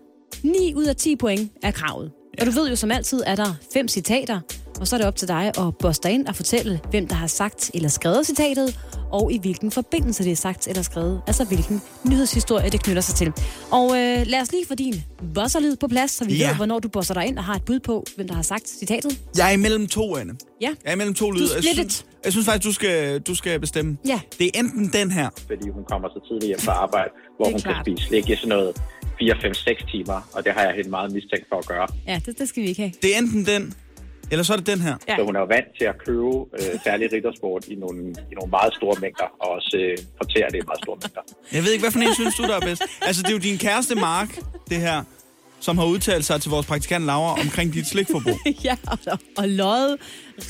9 ud af 10 point er kravet. Ja. Og du ved jo som altid, at der er fem citater, og så er det op til dig at boste dig ind og fortælle, hvem der har sagt eller skrevet citatet, og i hvilken forbindelse det er sagt eller skrevet, altså hvilken nyhedshistorie det knytter sig til. Og øh, lad os lige få din bosserlyd på plads, så vi
Ja.
ja. ved, hvornår du bosser dig ind og har et bud på, hvem der har sagt citatet.
Jeg er imellem to, Anne.
Ja.
Jeg er imellem to lyder. Jeg
splittet.
synes, jeg synes faktisk, du skal, du skal bestemme.
Ja.
Det er enten den her.
fordi hun kommer så tidligt hjem fra arbejde, hvor
Det er
hun
klart.
kan spise slik i sådan noget 4-5-6 timer, og det har jeg hende meget mistænkt for at gøre.
Ja, det, det skal vi ikke have.
Det er enten den, eller så er det den her.
Ja. Så hun er jo vant til at købe øh, særlig riddersport i nogle, i nogle meget store mængder, og også øh, fortære det i meget store mængder.
Jeg ved ikke, hvad for en synes du, der er bedst? Altså, det er jo din kæreste Mark, det her, som har udtalt sig til vores praktikant Laura omkring dit slikforbrug.
ja, og, og løjet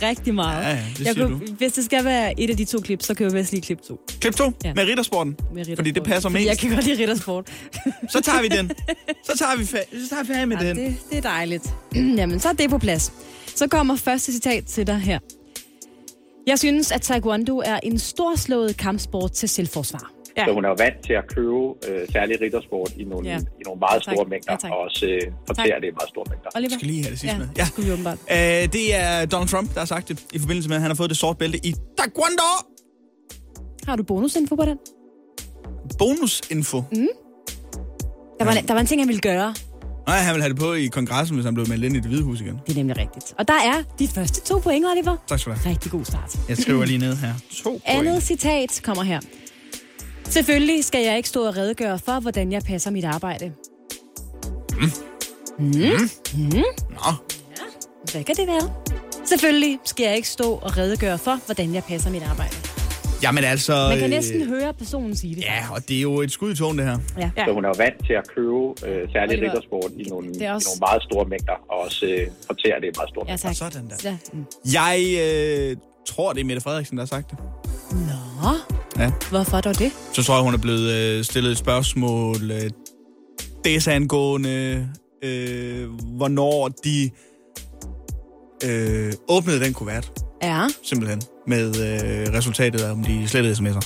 rigtig meget.
Ja, ja, det
jeg
siger
kunne, Hvis det skal være et af de to klip, så kan jeg bedst lige klip to.
Klip to
Ja.
ja. med riddersporten,
med riddersport.
fordi det passer
Fordi
mest.
Jeg kan godt lide riddersport.
Så tager vi den. Så tager vi, fa- så tager vi af med
ja,
den.
Det, det er dejligt. Jamen, så er det på plads. Så kommer første citat til dig her. Jeg synes, at taekwondo er en storslået kampsport til selvforsvar.
Ja. Så hun er jo vant til at købe øh, særlig riddersport i nogle,
Ja.
ja. i nogle meget
Ja, tak.
store mængder,
Ja, tak.
og også øh, fortære
Tak.
det i meget store mængder.
Oliver?
Skal lige have det sidste
ja,
med.
Ja, det skulle vi åbenbart.
Øh, det er Donald Trump, der har sagt det, i forbindelse med, at han har fået det sorte bælte i Taekwondo.
Har du bonusinfo på den?
Bonusinfo.
Mm. Der var, der var en ting, han ville gøre.
Nej, han vil have det på i kongressen, hvis han blev meldt ind i det hvide hus igen.
Det er nemlig rigtigt. Og der er de første to point, Oliver.
Tak skal du have.
Rigtig god start.
Jeg skriver lige ned her. To
Andet citat kommer her. Selvfølgelig skal jeg ikke stå og redegøre for, hvordan jeg passer mit arbejde. Mm. Mm. Mm.
Nå.
Hvad kan det være? Selvfølgelig skal jeg ikke stå og redegøre for, hvordan jeg passer mit arbejde.
Jamen altså...
Man kan
øh,
næsten høre personen sige det.
Ja, og det er jo et skud i tågen, det her.
Ja.
Så hun er jo vant til at købe øh, særlig
Oliver,
riddersport i nogle,
det er
også... i
også-
nogle meget store mængder, og også øh, fortære det i meget store
Ja,
mængder.
tak.
Sådan der.
Ja. mm.
Jeg øh, tror, det er Mette Frederiksen, der har sagt det.
Nå,
Ja.
hvorfor dog det?
Så tror jeg, hun er blevet øh, stillet et spørgsmål øh, desangående, øh, hvornår de øh, åbnede den kuvert,
Ja,
simpelthen, med øh, resultatet af, om de slettede sms'er.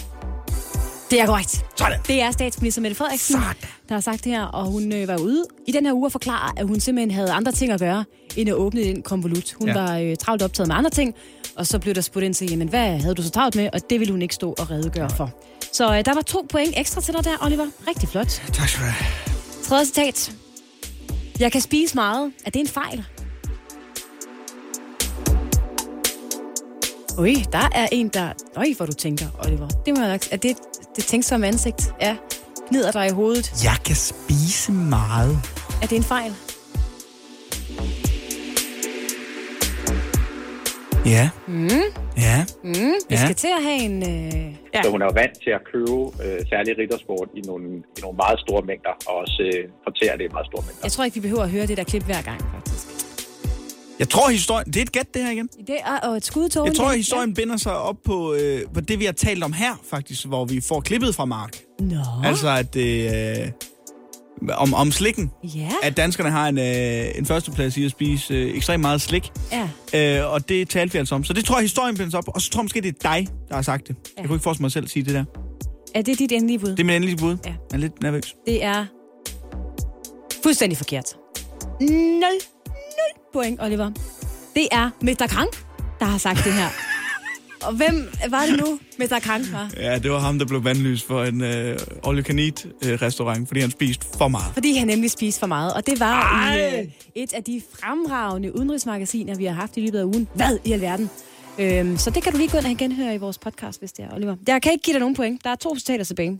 det er korrekt.
Sådan.
Det er statsminister Mette Frederiksen, Sådan. der har sagt det her, og hun øh, var ude i den her uge og forklare, at hun simpelthen havde andre ting at gøre, end at åbne den konvolut. Hun
Ja.
ja. var øh, travlt optaget med andre ting, og så blev der spurgt ind til, jamen hvad havde du så travlt med, og det ville hun ikke stå og redegøre for. Så øh, der var to point ekstra til dig der, Oliver. Rigtig flot.
Tak skal du have.
Tredje citat. Jeg kan spise meget. Er det en fejl? Ui, der er en, der... Øj, hvor du tænker, Oliver. Det må jeg nok... Er det, det tænksomme ansigt? Ja. Gnider dig i hovedet.
Jeg kan spise meget.
Er det en fejl?
Ja.
Mm.
Ja.
Mm. Vi
Ja.
skal til at have en... Øh...
Ja.
Så hun er jo vant til at købe øh, særlig riddersport i nogle, i nogle meget store mængder, og også øh, portere det i meget store mængder.
Jeg tror ikke, vi behøver at høre det der klip hver gang. faktisk.
Jeg tror, historien... Det er et gæt, det her igen.
Det er og et skud i tågen,
Jeg tror,
ja.
at historien binder sig op på, øh, på det, vi har talt om her, faktisk, hvor vi får klippet fra Mark.
Nå.
Altså, at det... Øh, om, om slikken.
Ja.
At danskerne har en, øh, en førsteplads i at spise øh, ekstremt meget slik.
Ja.
Øh, og det talte vi altså om. Så det tror jeg, historien bindes op. på, Og så tror jeg måske, det er dig, der har sagt det. Ja. Jeg kunne ikke forestille mig selv at sige det der.
Er det dit endelige bud?
Det er mit endelige bud. Ja. Jeg er lidt nervøs.
Det er fuldstændig forkert. 0, 0 point, Oliver. Det er Mr. Krank, der har sagt det her. Og hvem var det nu, Mr. Krank var?
Ja, det var ham, der blev vandløs for en øh, all you can eat øh, restaurant, fordi han spiste for meget.
Fordi han nemlig spiste for meget, og det var i,
Ej!
øh, et af de fremragende udenrigsmagasiner, vi har haft i løbet af ugen. Hvad i alverden? Øhm, så det kan du lige gå ind og genhøre i vores podcast, hvis det er, Oliver. Jeg kan ikke give dig nogen point. Der er to citater tilbage.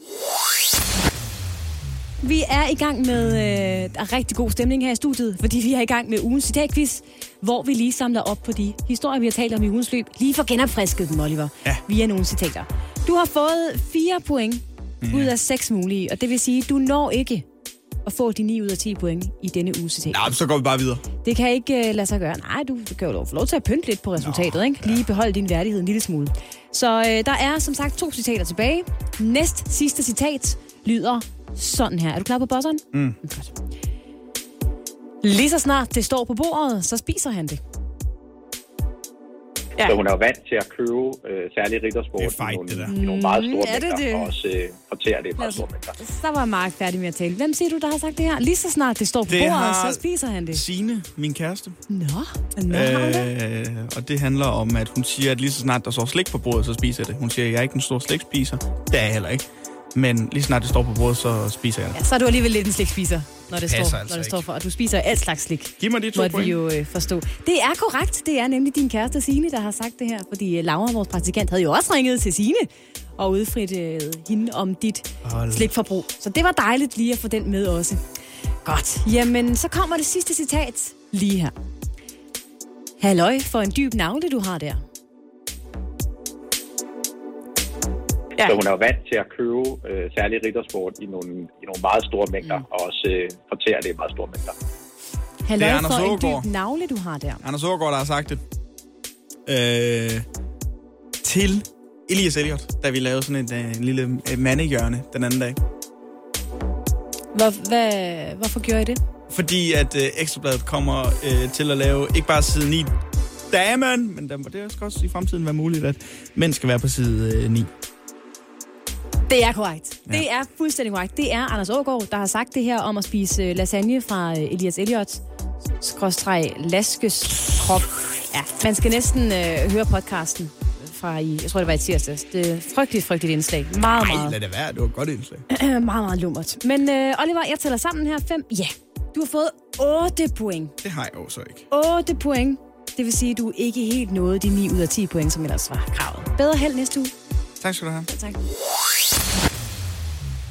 Vi er i gang med øh, der er rigtig god stemning her i studiet, fordi vi er i gang med ugens citatquiz, hvor vi lige samler op på de historier, vi har talt om i ugens løb, lige for genopfrisket dem, Oliver, ja. via nogle citater. Du har fået fire point ud af seks mulige, og det vil sige, du når ikke at få de 9 ud af 10 point i denne uges citat.
Nå, men så går vi bare videre.
Det kan ikke uh, lade sig gøre. Nej, du kan jo lov- få lov til at pynte lidt på resultatet, Nå, ikke? Lige beholde din værdighed en lille smule. Så uh, der er som sagt to citater tilbage. Næst sidste citat lyder sådan her. Er du klar på bosseren?
Mm.
Lige så snart det står på bordet, så spiser han det.
Ja. Så hun er jo vant til at købe øh, særlig riddersport i nogle, i nogle meget store
Mm, er det
mængder,
det?
og også øh, portere det i meget store mængder.
Så var Mark færdig med at tale. Hvem siger du, der har sagt det her? Lige så snart det står på
Det
bordet,
har
så spiser han det.
Signe, min kæreste.
Nå, nå øh... har hun det?
Øh, og det handler om, at hun siger, at lige så snart der står slik på bordet, så spiser jeg det. Hun siger, at jeg er ikke en stor slikspiser. Det er jeg heller ikke. Men lige så snart det står på bordet, så spiser jeg det.
Ja, så er du alligevel lidt en slikspiser, når det,
Det
står,
passer
altså
altså
når det
ikke.
står for. Og du spiser alt slags slik.
Giv mig de to
måtte
point.
vi jo øh, forstå. Det er korrekt. Det er nemlig din kæreste Signe, der har sagt det her. Fordi øh, Laura, vores praktikant, havde jo også ringet til Signe og udfrit øh, hende om dit
Hold.
slikforbrug. Så det var dejligt lige at få den med også. Godt. Jamen, så kommer det sidste citat lige her. Halløj for en dyb navle, du har der.
Ja. Så hun er jo vant til at købe øh, særlig riddersport i nogle, i nogle meget store mængder, mm. og også øh, portere det i meget store mængder.
Halløj
Det er Anders
for en
Aagaard.
dyb navle, du har der.
Anders Aargaard, der har sagt det. Øh, til Elias Elliot, da vi lavede sådan en, øh, en lille øh, mandehjørne den anden dag.
Hvor, hvad, hvorfor gjorde I det?
Fordi at øh, Ekstrabladet kommer øh, til at lave ikke bare side 9, damen, men der, må- det skal også i fremtiden være muligt, at mænd skal være på side øh, 9.
Det er korrekt.
Ja.
Ja. Det er fuldstændig korrekt. Det er Anders Aagaard, der har sagt det her om at spise øh, lasagne fra øh, Elias Elliot. Skråstreg Laskes krop. Ja, man skal næsten øh, høre podcasten fra i, jeg tror det var i tirsdags. Det er et frygteligt, frygteligt indslag. Meget,
Nej,
meget,
lad det være. Det var et godt indslag.
meget, meget lummert. Men øh, Oliver, jeg tæller sammen her. Fem, ja. Du har fået 8 point.
Det har jeg jo så ikke.
8 point. Det vil sige, at du ikke helt nåede de 9 ud af 10 point, som ellers var kravet. Bedre held næste uge.
Tak skal du have.
Tak.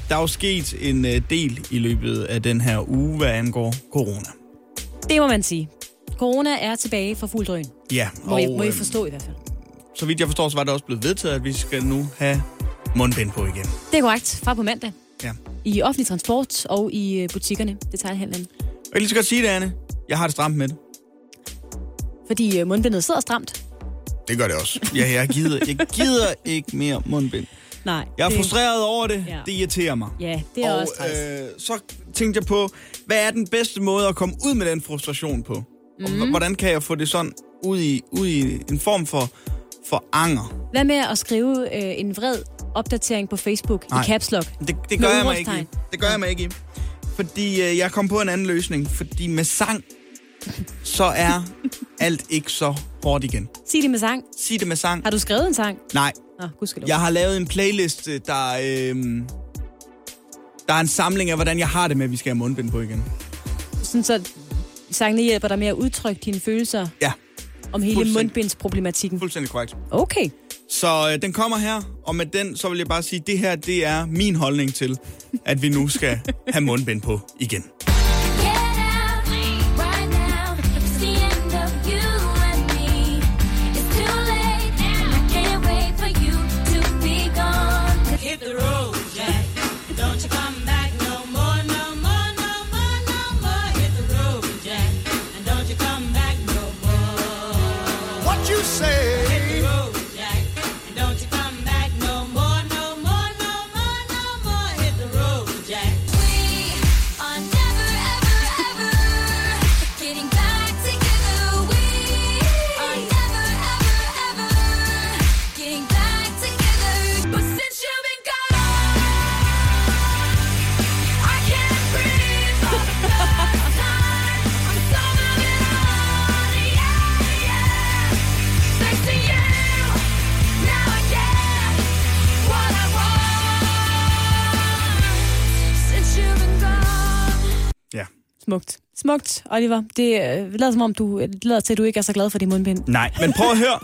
Der er jo sket en øh, del i løbet af den her uge, hvad angår corona.
Det må man sige. Corona er tilbage for fuld drøn.
Ja,
Må, I, må I
øhm,
forstå i hvert fald.
så vidt jeg forstår, så var det også blevet vedtaget, at vi skal nu have mundbind på igen.
Det er korrekt. Fra på mandag.
Ja.
I offentlig transport og i øh, butikkerne, detaljhandlen.
Og jeg kan lige så godt sige det, Anne. Jeg har det stramt med det.
Fordi øh, mundbindet sidder stramt.
Det gør det også. Ja, jeg gider, jeg gider ikke mere mundbind.
Nej.
Jeg er
det-
frustreret over det.
Ja.
Det irriterer mig.
Ja, det er
og,
også træls.
øh, så tænkte jeg på, hvad er den bedste måde at komme ud med den frustration på? Mm.
Mhm.
Og h- hvordan kan jeg få det sådan ud i, ud i en form for, for anger?
Hvad med at skrive øh, en vred opdatering på Facebook
Nej.
i Caps Lock?
Det, det
Med
gør jeg mig ikke
udråbstegn.
i. Det gør jeg mig ikke i. Fordi øh, jeg kom på en anden løsning. Fordi med sang, så er alt ikke så hårdt igen.
Sig det med sang.
Sig det med sang.
Har du skrevet en sang?
Nej,
Nå, gudskelov.
Jeg har lavet en playlist, øh, der, øh, der er en samling af, hvordan jeg har det med, at vi skal have mundbind på igen.
Sådan så sangene hjælper dig med at udtrykke dine følelser
Ja.
om hele
Fuldstændig.
mundbindsproblematikken.
Fuldstændig korrekt.
Okay.
Så øh, den kommer her, og med den, så vil jeg bare sige, at det her, det er min holdning til, at vi nu skal have mundbind på igen.
What you say?
Smukt. Smukt, Oliver. Det øh, lader som om, du, det lader til, at du ikke er så glad for din mundbind.
Nej, men prøv at høre.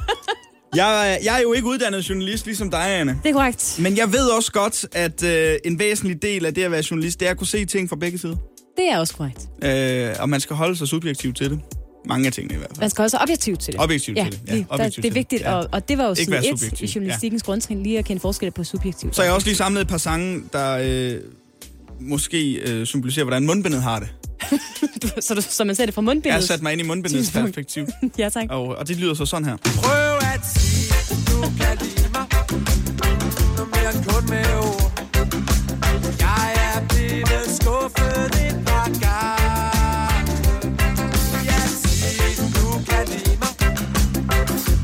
Jeg, er- jeg er jo ikke uddannet journalist, ligesom dig, Anne.
Det er korrekt.
Men jeg ved også godt, at øh, en væsentlig del af det at være journalist, det er at kunne se ting fra begge sider.
Det er også korrekt.
Øh, og man skal holde sig subjektivt til det. Mange af tingene i hvert fald.
Man skal også objektivt til det.
Objektivt
ja,
til det, ja.
Lige, der,
Objektivt
det er
til
vigtigt,
det, ja.
og, og det var jo
Ikke
side
være
1 i
subjektiv,
journalistikkens ja. grundtrin, lige at kende forskel på subjektivt.
Så har jeg også lige samlet et par sange, der øh, måske øh, symboliserer, hvordan mundbindet har det.
så, du, så man ser det fra mundbindet.
Jeg har sat mig ind i mundbindets
Tidspunkt.
perspektiv.
Ja, tak.
Og, og det lyder så sådan her.
Prøv at sige, at du kan lide mig Noget mere end kun med ord Jeg er blevet skuffet et par gange Prøv at sige, at du kan lide mig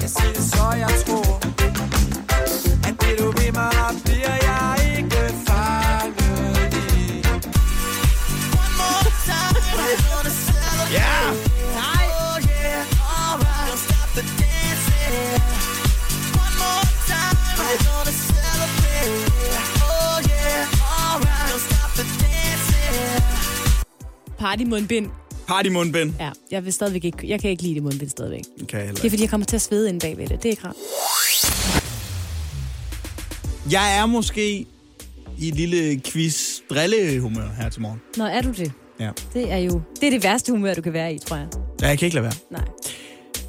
Jeg siger det så, jeg tror At det du ved mig, bliver jeg ikke fanget i One more time, I wanna celebrate
Yeah!
Oh yeah, alright, don't stop the dancing. One more time, we're gonna celebrate. Oh yeah, alright, don't stop the dancing.
Party mundbind.
Party mundbind.
Ja, jeg vil stadigvæk ikke, jeg kan ikke lide det mundbind stadigvæk. Det
Kan jeg heller
er
ikke.
fordi, jeg kommer til at svede inde bagved det. Det er ikke rart.
Jeg er måske i et lille quiz drillehumør her til morgen.
Nå, er du det?
Ja.
Det er jo det, er det værste humør, du kan være i, tror jeg.
ja, jeg kan ikke lade være.
Nej.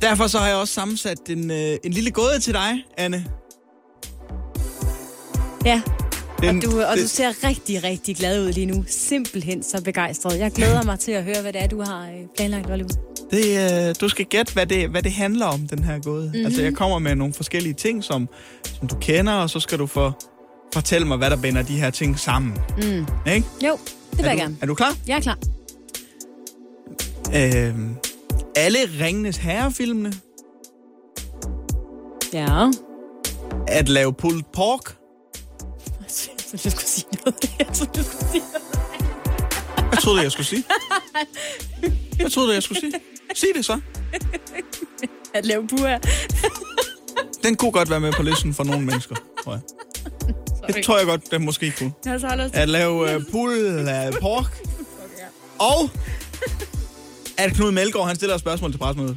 Derfor så har jeg også sammensat en, øh, en lille gåde til dig, Anne.
Ja,
Den,
og, du, og
det-
du ser rigtig, rigtig glad ud lige nu. Simpelthen så begejstret. Jeg glæder mig til at høre, hvad det er, du har øh, planlagt, Oliver.
Det, øh, du skal gætte, hvad det, hvad det handler om, den her gåde.
Mhm.
Mm-hmm. Altså, jeg kommer med nogle forskellige ting, som, som du kender, og så skal du for, fortælle mig, hvad der binder de her ting sammen.
Mm.
Ikke?
Jo, det vil
er
jeg
du,
gerne.
Er du klar?
Jeg er klar.
Øh, alle Ringenes Herre-filmene,
Ja.
at lave pulled pork.
Så du skulle sige noget. Jeg troede, du skulle sige
Hvad troede du, jeg skulle sige? Hvad troede du, jeg skulle sige? Sig det så.
At lave buer.
Den kunne godt være med på listen for nogle mennesker, tror jeg. Det tror jeg godt, den måske kunne.
Jeg så holder
At lave uh, pull af pork. Og at Knud Melgaard, han stiller et spørgsmål til pressemødet.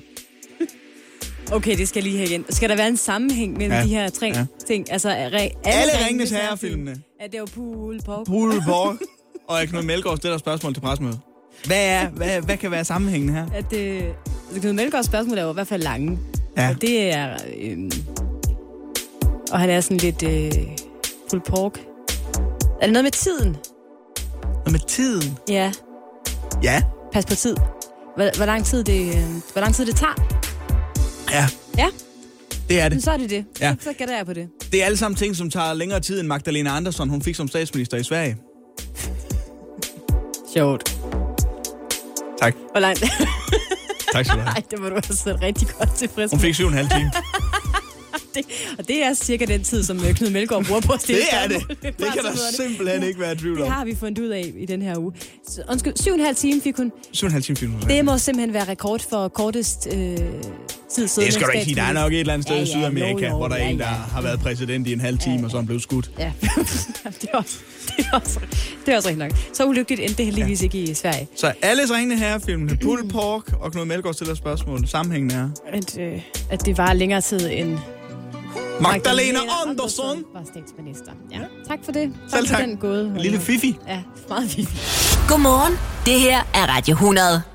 Okay, det skal jeg lige her igen. Skal der være en sammenhæng mellem
Ja,
ja. de her tre
ja.
ja. ting? Altså, re- alle,
Alle Ringenes
Ringenes
Herre-filmene.
At det var pool, pop.
Pull pork. Og at Knud Melgaard stiller et spørgsmål til pressemødet. Hvad, er, hvad, hvad kan være sammenhængen her?
At det... Øh, Knud Melgaards spørgsmål er jo i hvert fald lange.
Ja.
Og det er... Øh, og han er sådan lidt... Øh, pull pork. Er det noget med tiden?
Og med tiden?
Ja.
Ja.
Pas på tid. Hvor, hvor, lang tid det, øh, hvor lang tid det tager?
Ja,
Ja,
det er
men
det.
så er det det.
Ja.
Så, så gætter jeg på det.
Det er alle sammen ting, som tager længere tid, end Magdalena Andersson, hun fik som statsminister i Sverige.
Sjovt.
Tak.
Hvor langt?
Tak skal du have.
Ej, det var du altså rigtig godt tilfreds
Hun
med.
fik syv og en halv time.
Og det er cirka den tid, som øh, Knud Melgaard bruger på at stille
Det er det.
spørgsmål.
Det
Bare
kan
så
der
hedder det.
simpelthen ikke være tvivl
Det
om.
har vi fundet ud af i den her uge. Så, undskyld, syv og en halv time fik hun.
Syv og en halv time, film.
Det må simpelthen være rekord for kortest øh,
tid siden.
Det skal
en
du ikke sige. Der er
statsminister.
nok et eller andet sted
Ja,
i
ja,
Sydamerika,
jo, jo,
hvor der er
ja,
en, der
ja.
har været præsident i en halv time, og så er han blev skudt.
Ja, det er også, det er også, det er også rigtig nok. Så ulykkeligt endte det heldigvis ja. ikke i Sverige.
Så alles ringende her, filmen Pull Pork og Knud Melgaard stiller spørgsmål. Sammenhængen er...
At, øh, at det var længere tid end...
Magdalena Andersson!
Var statsminister. Ja. Tak for det. Tak
Selv
for
tak.
den gåde.
Lille fifi.
Ja, meget fifi.
Godmorgen. Det her er Radio 100.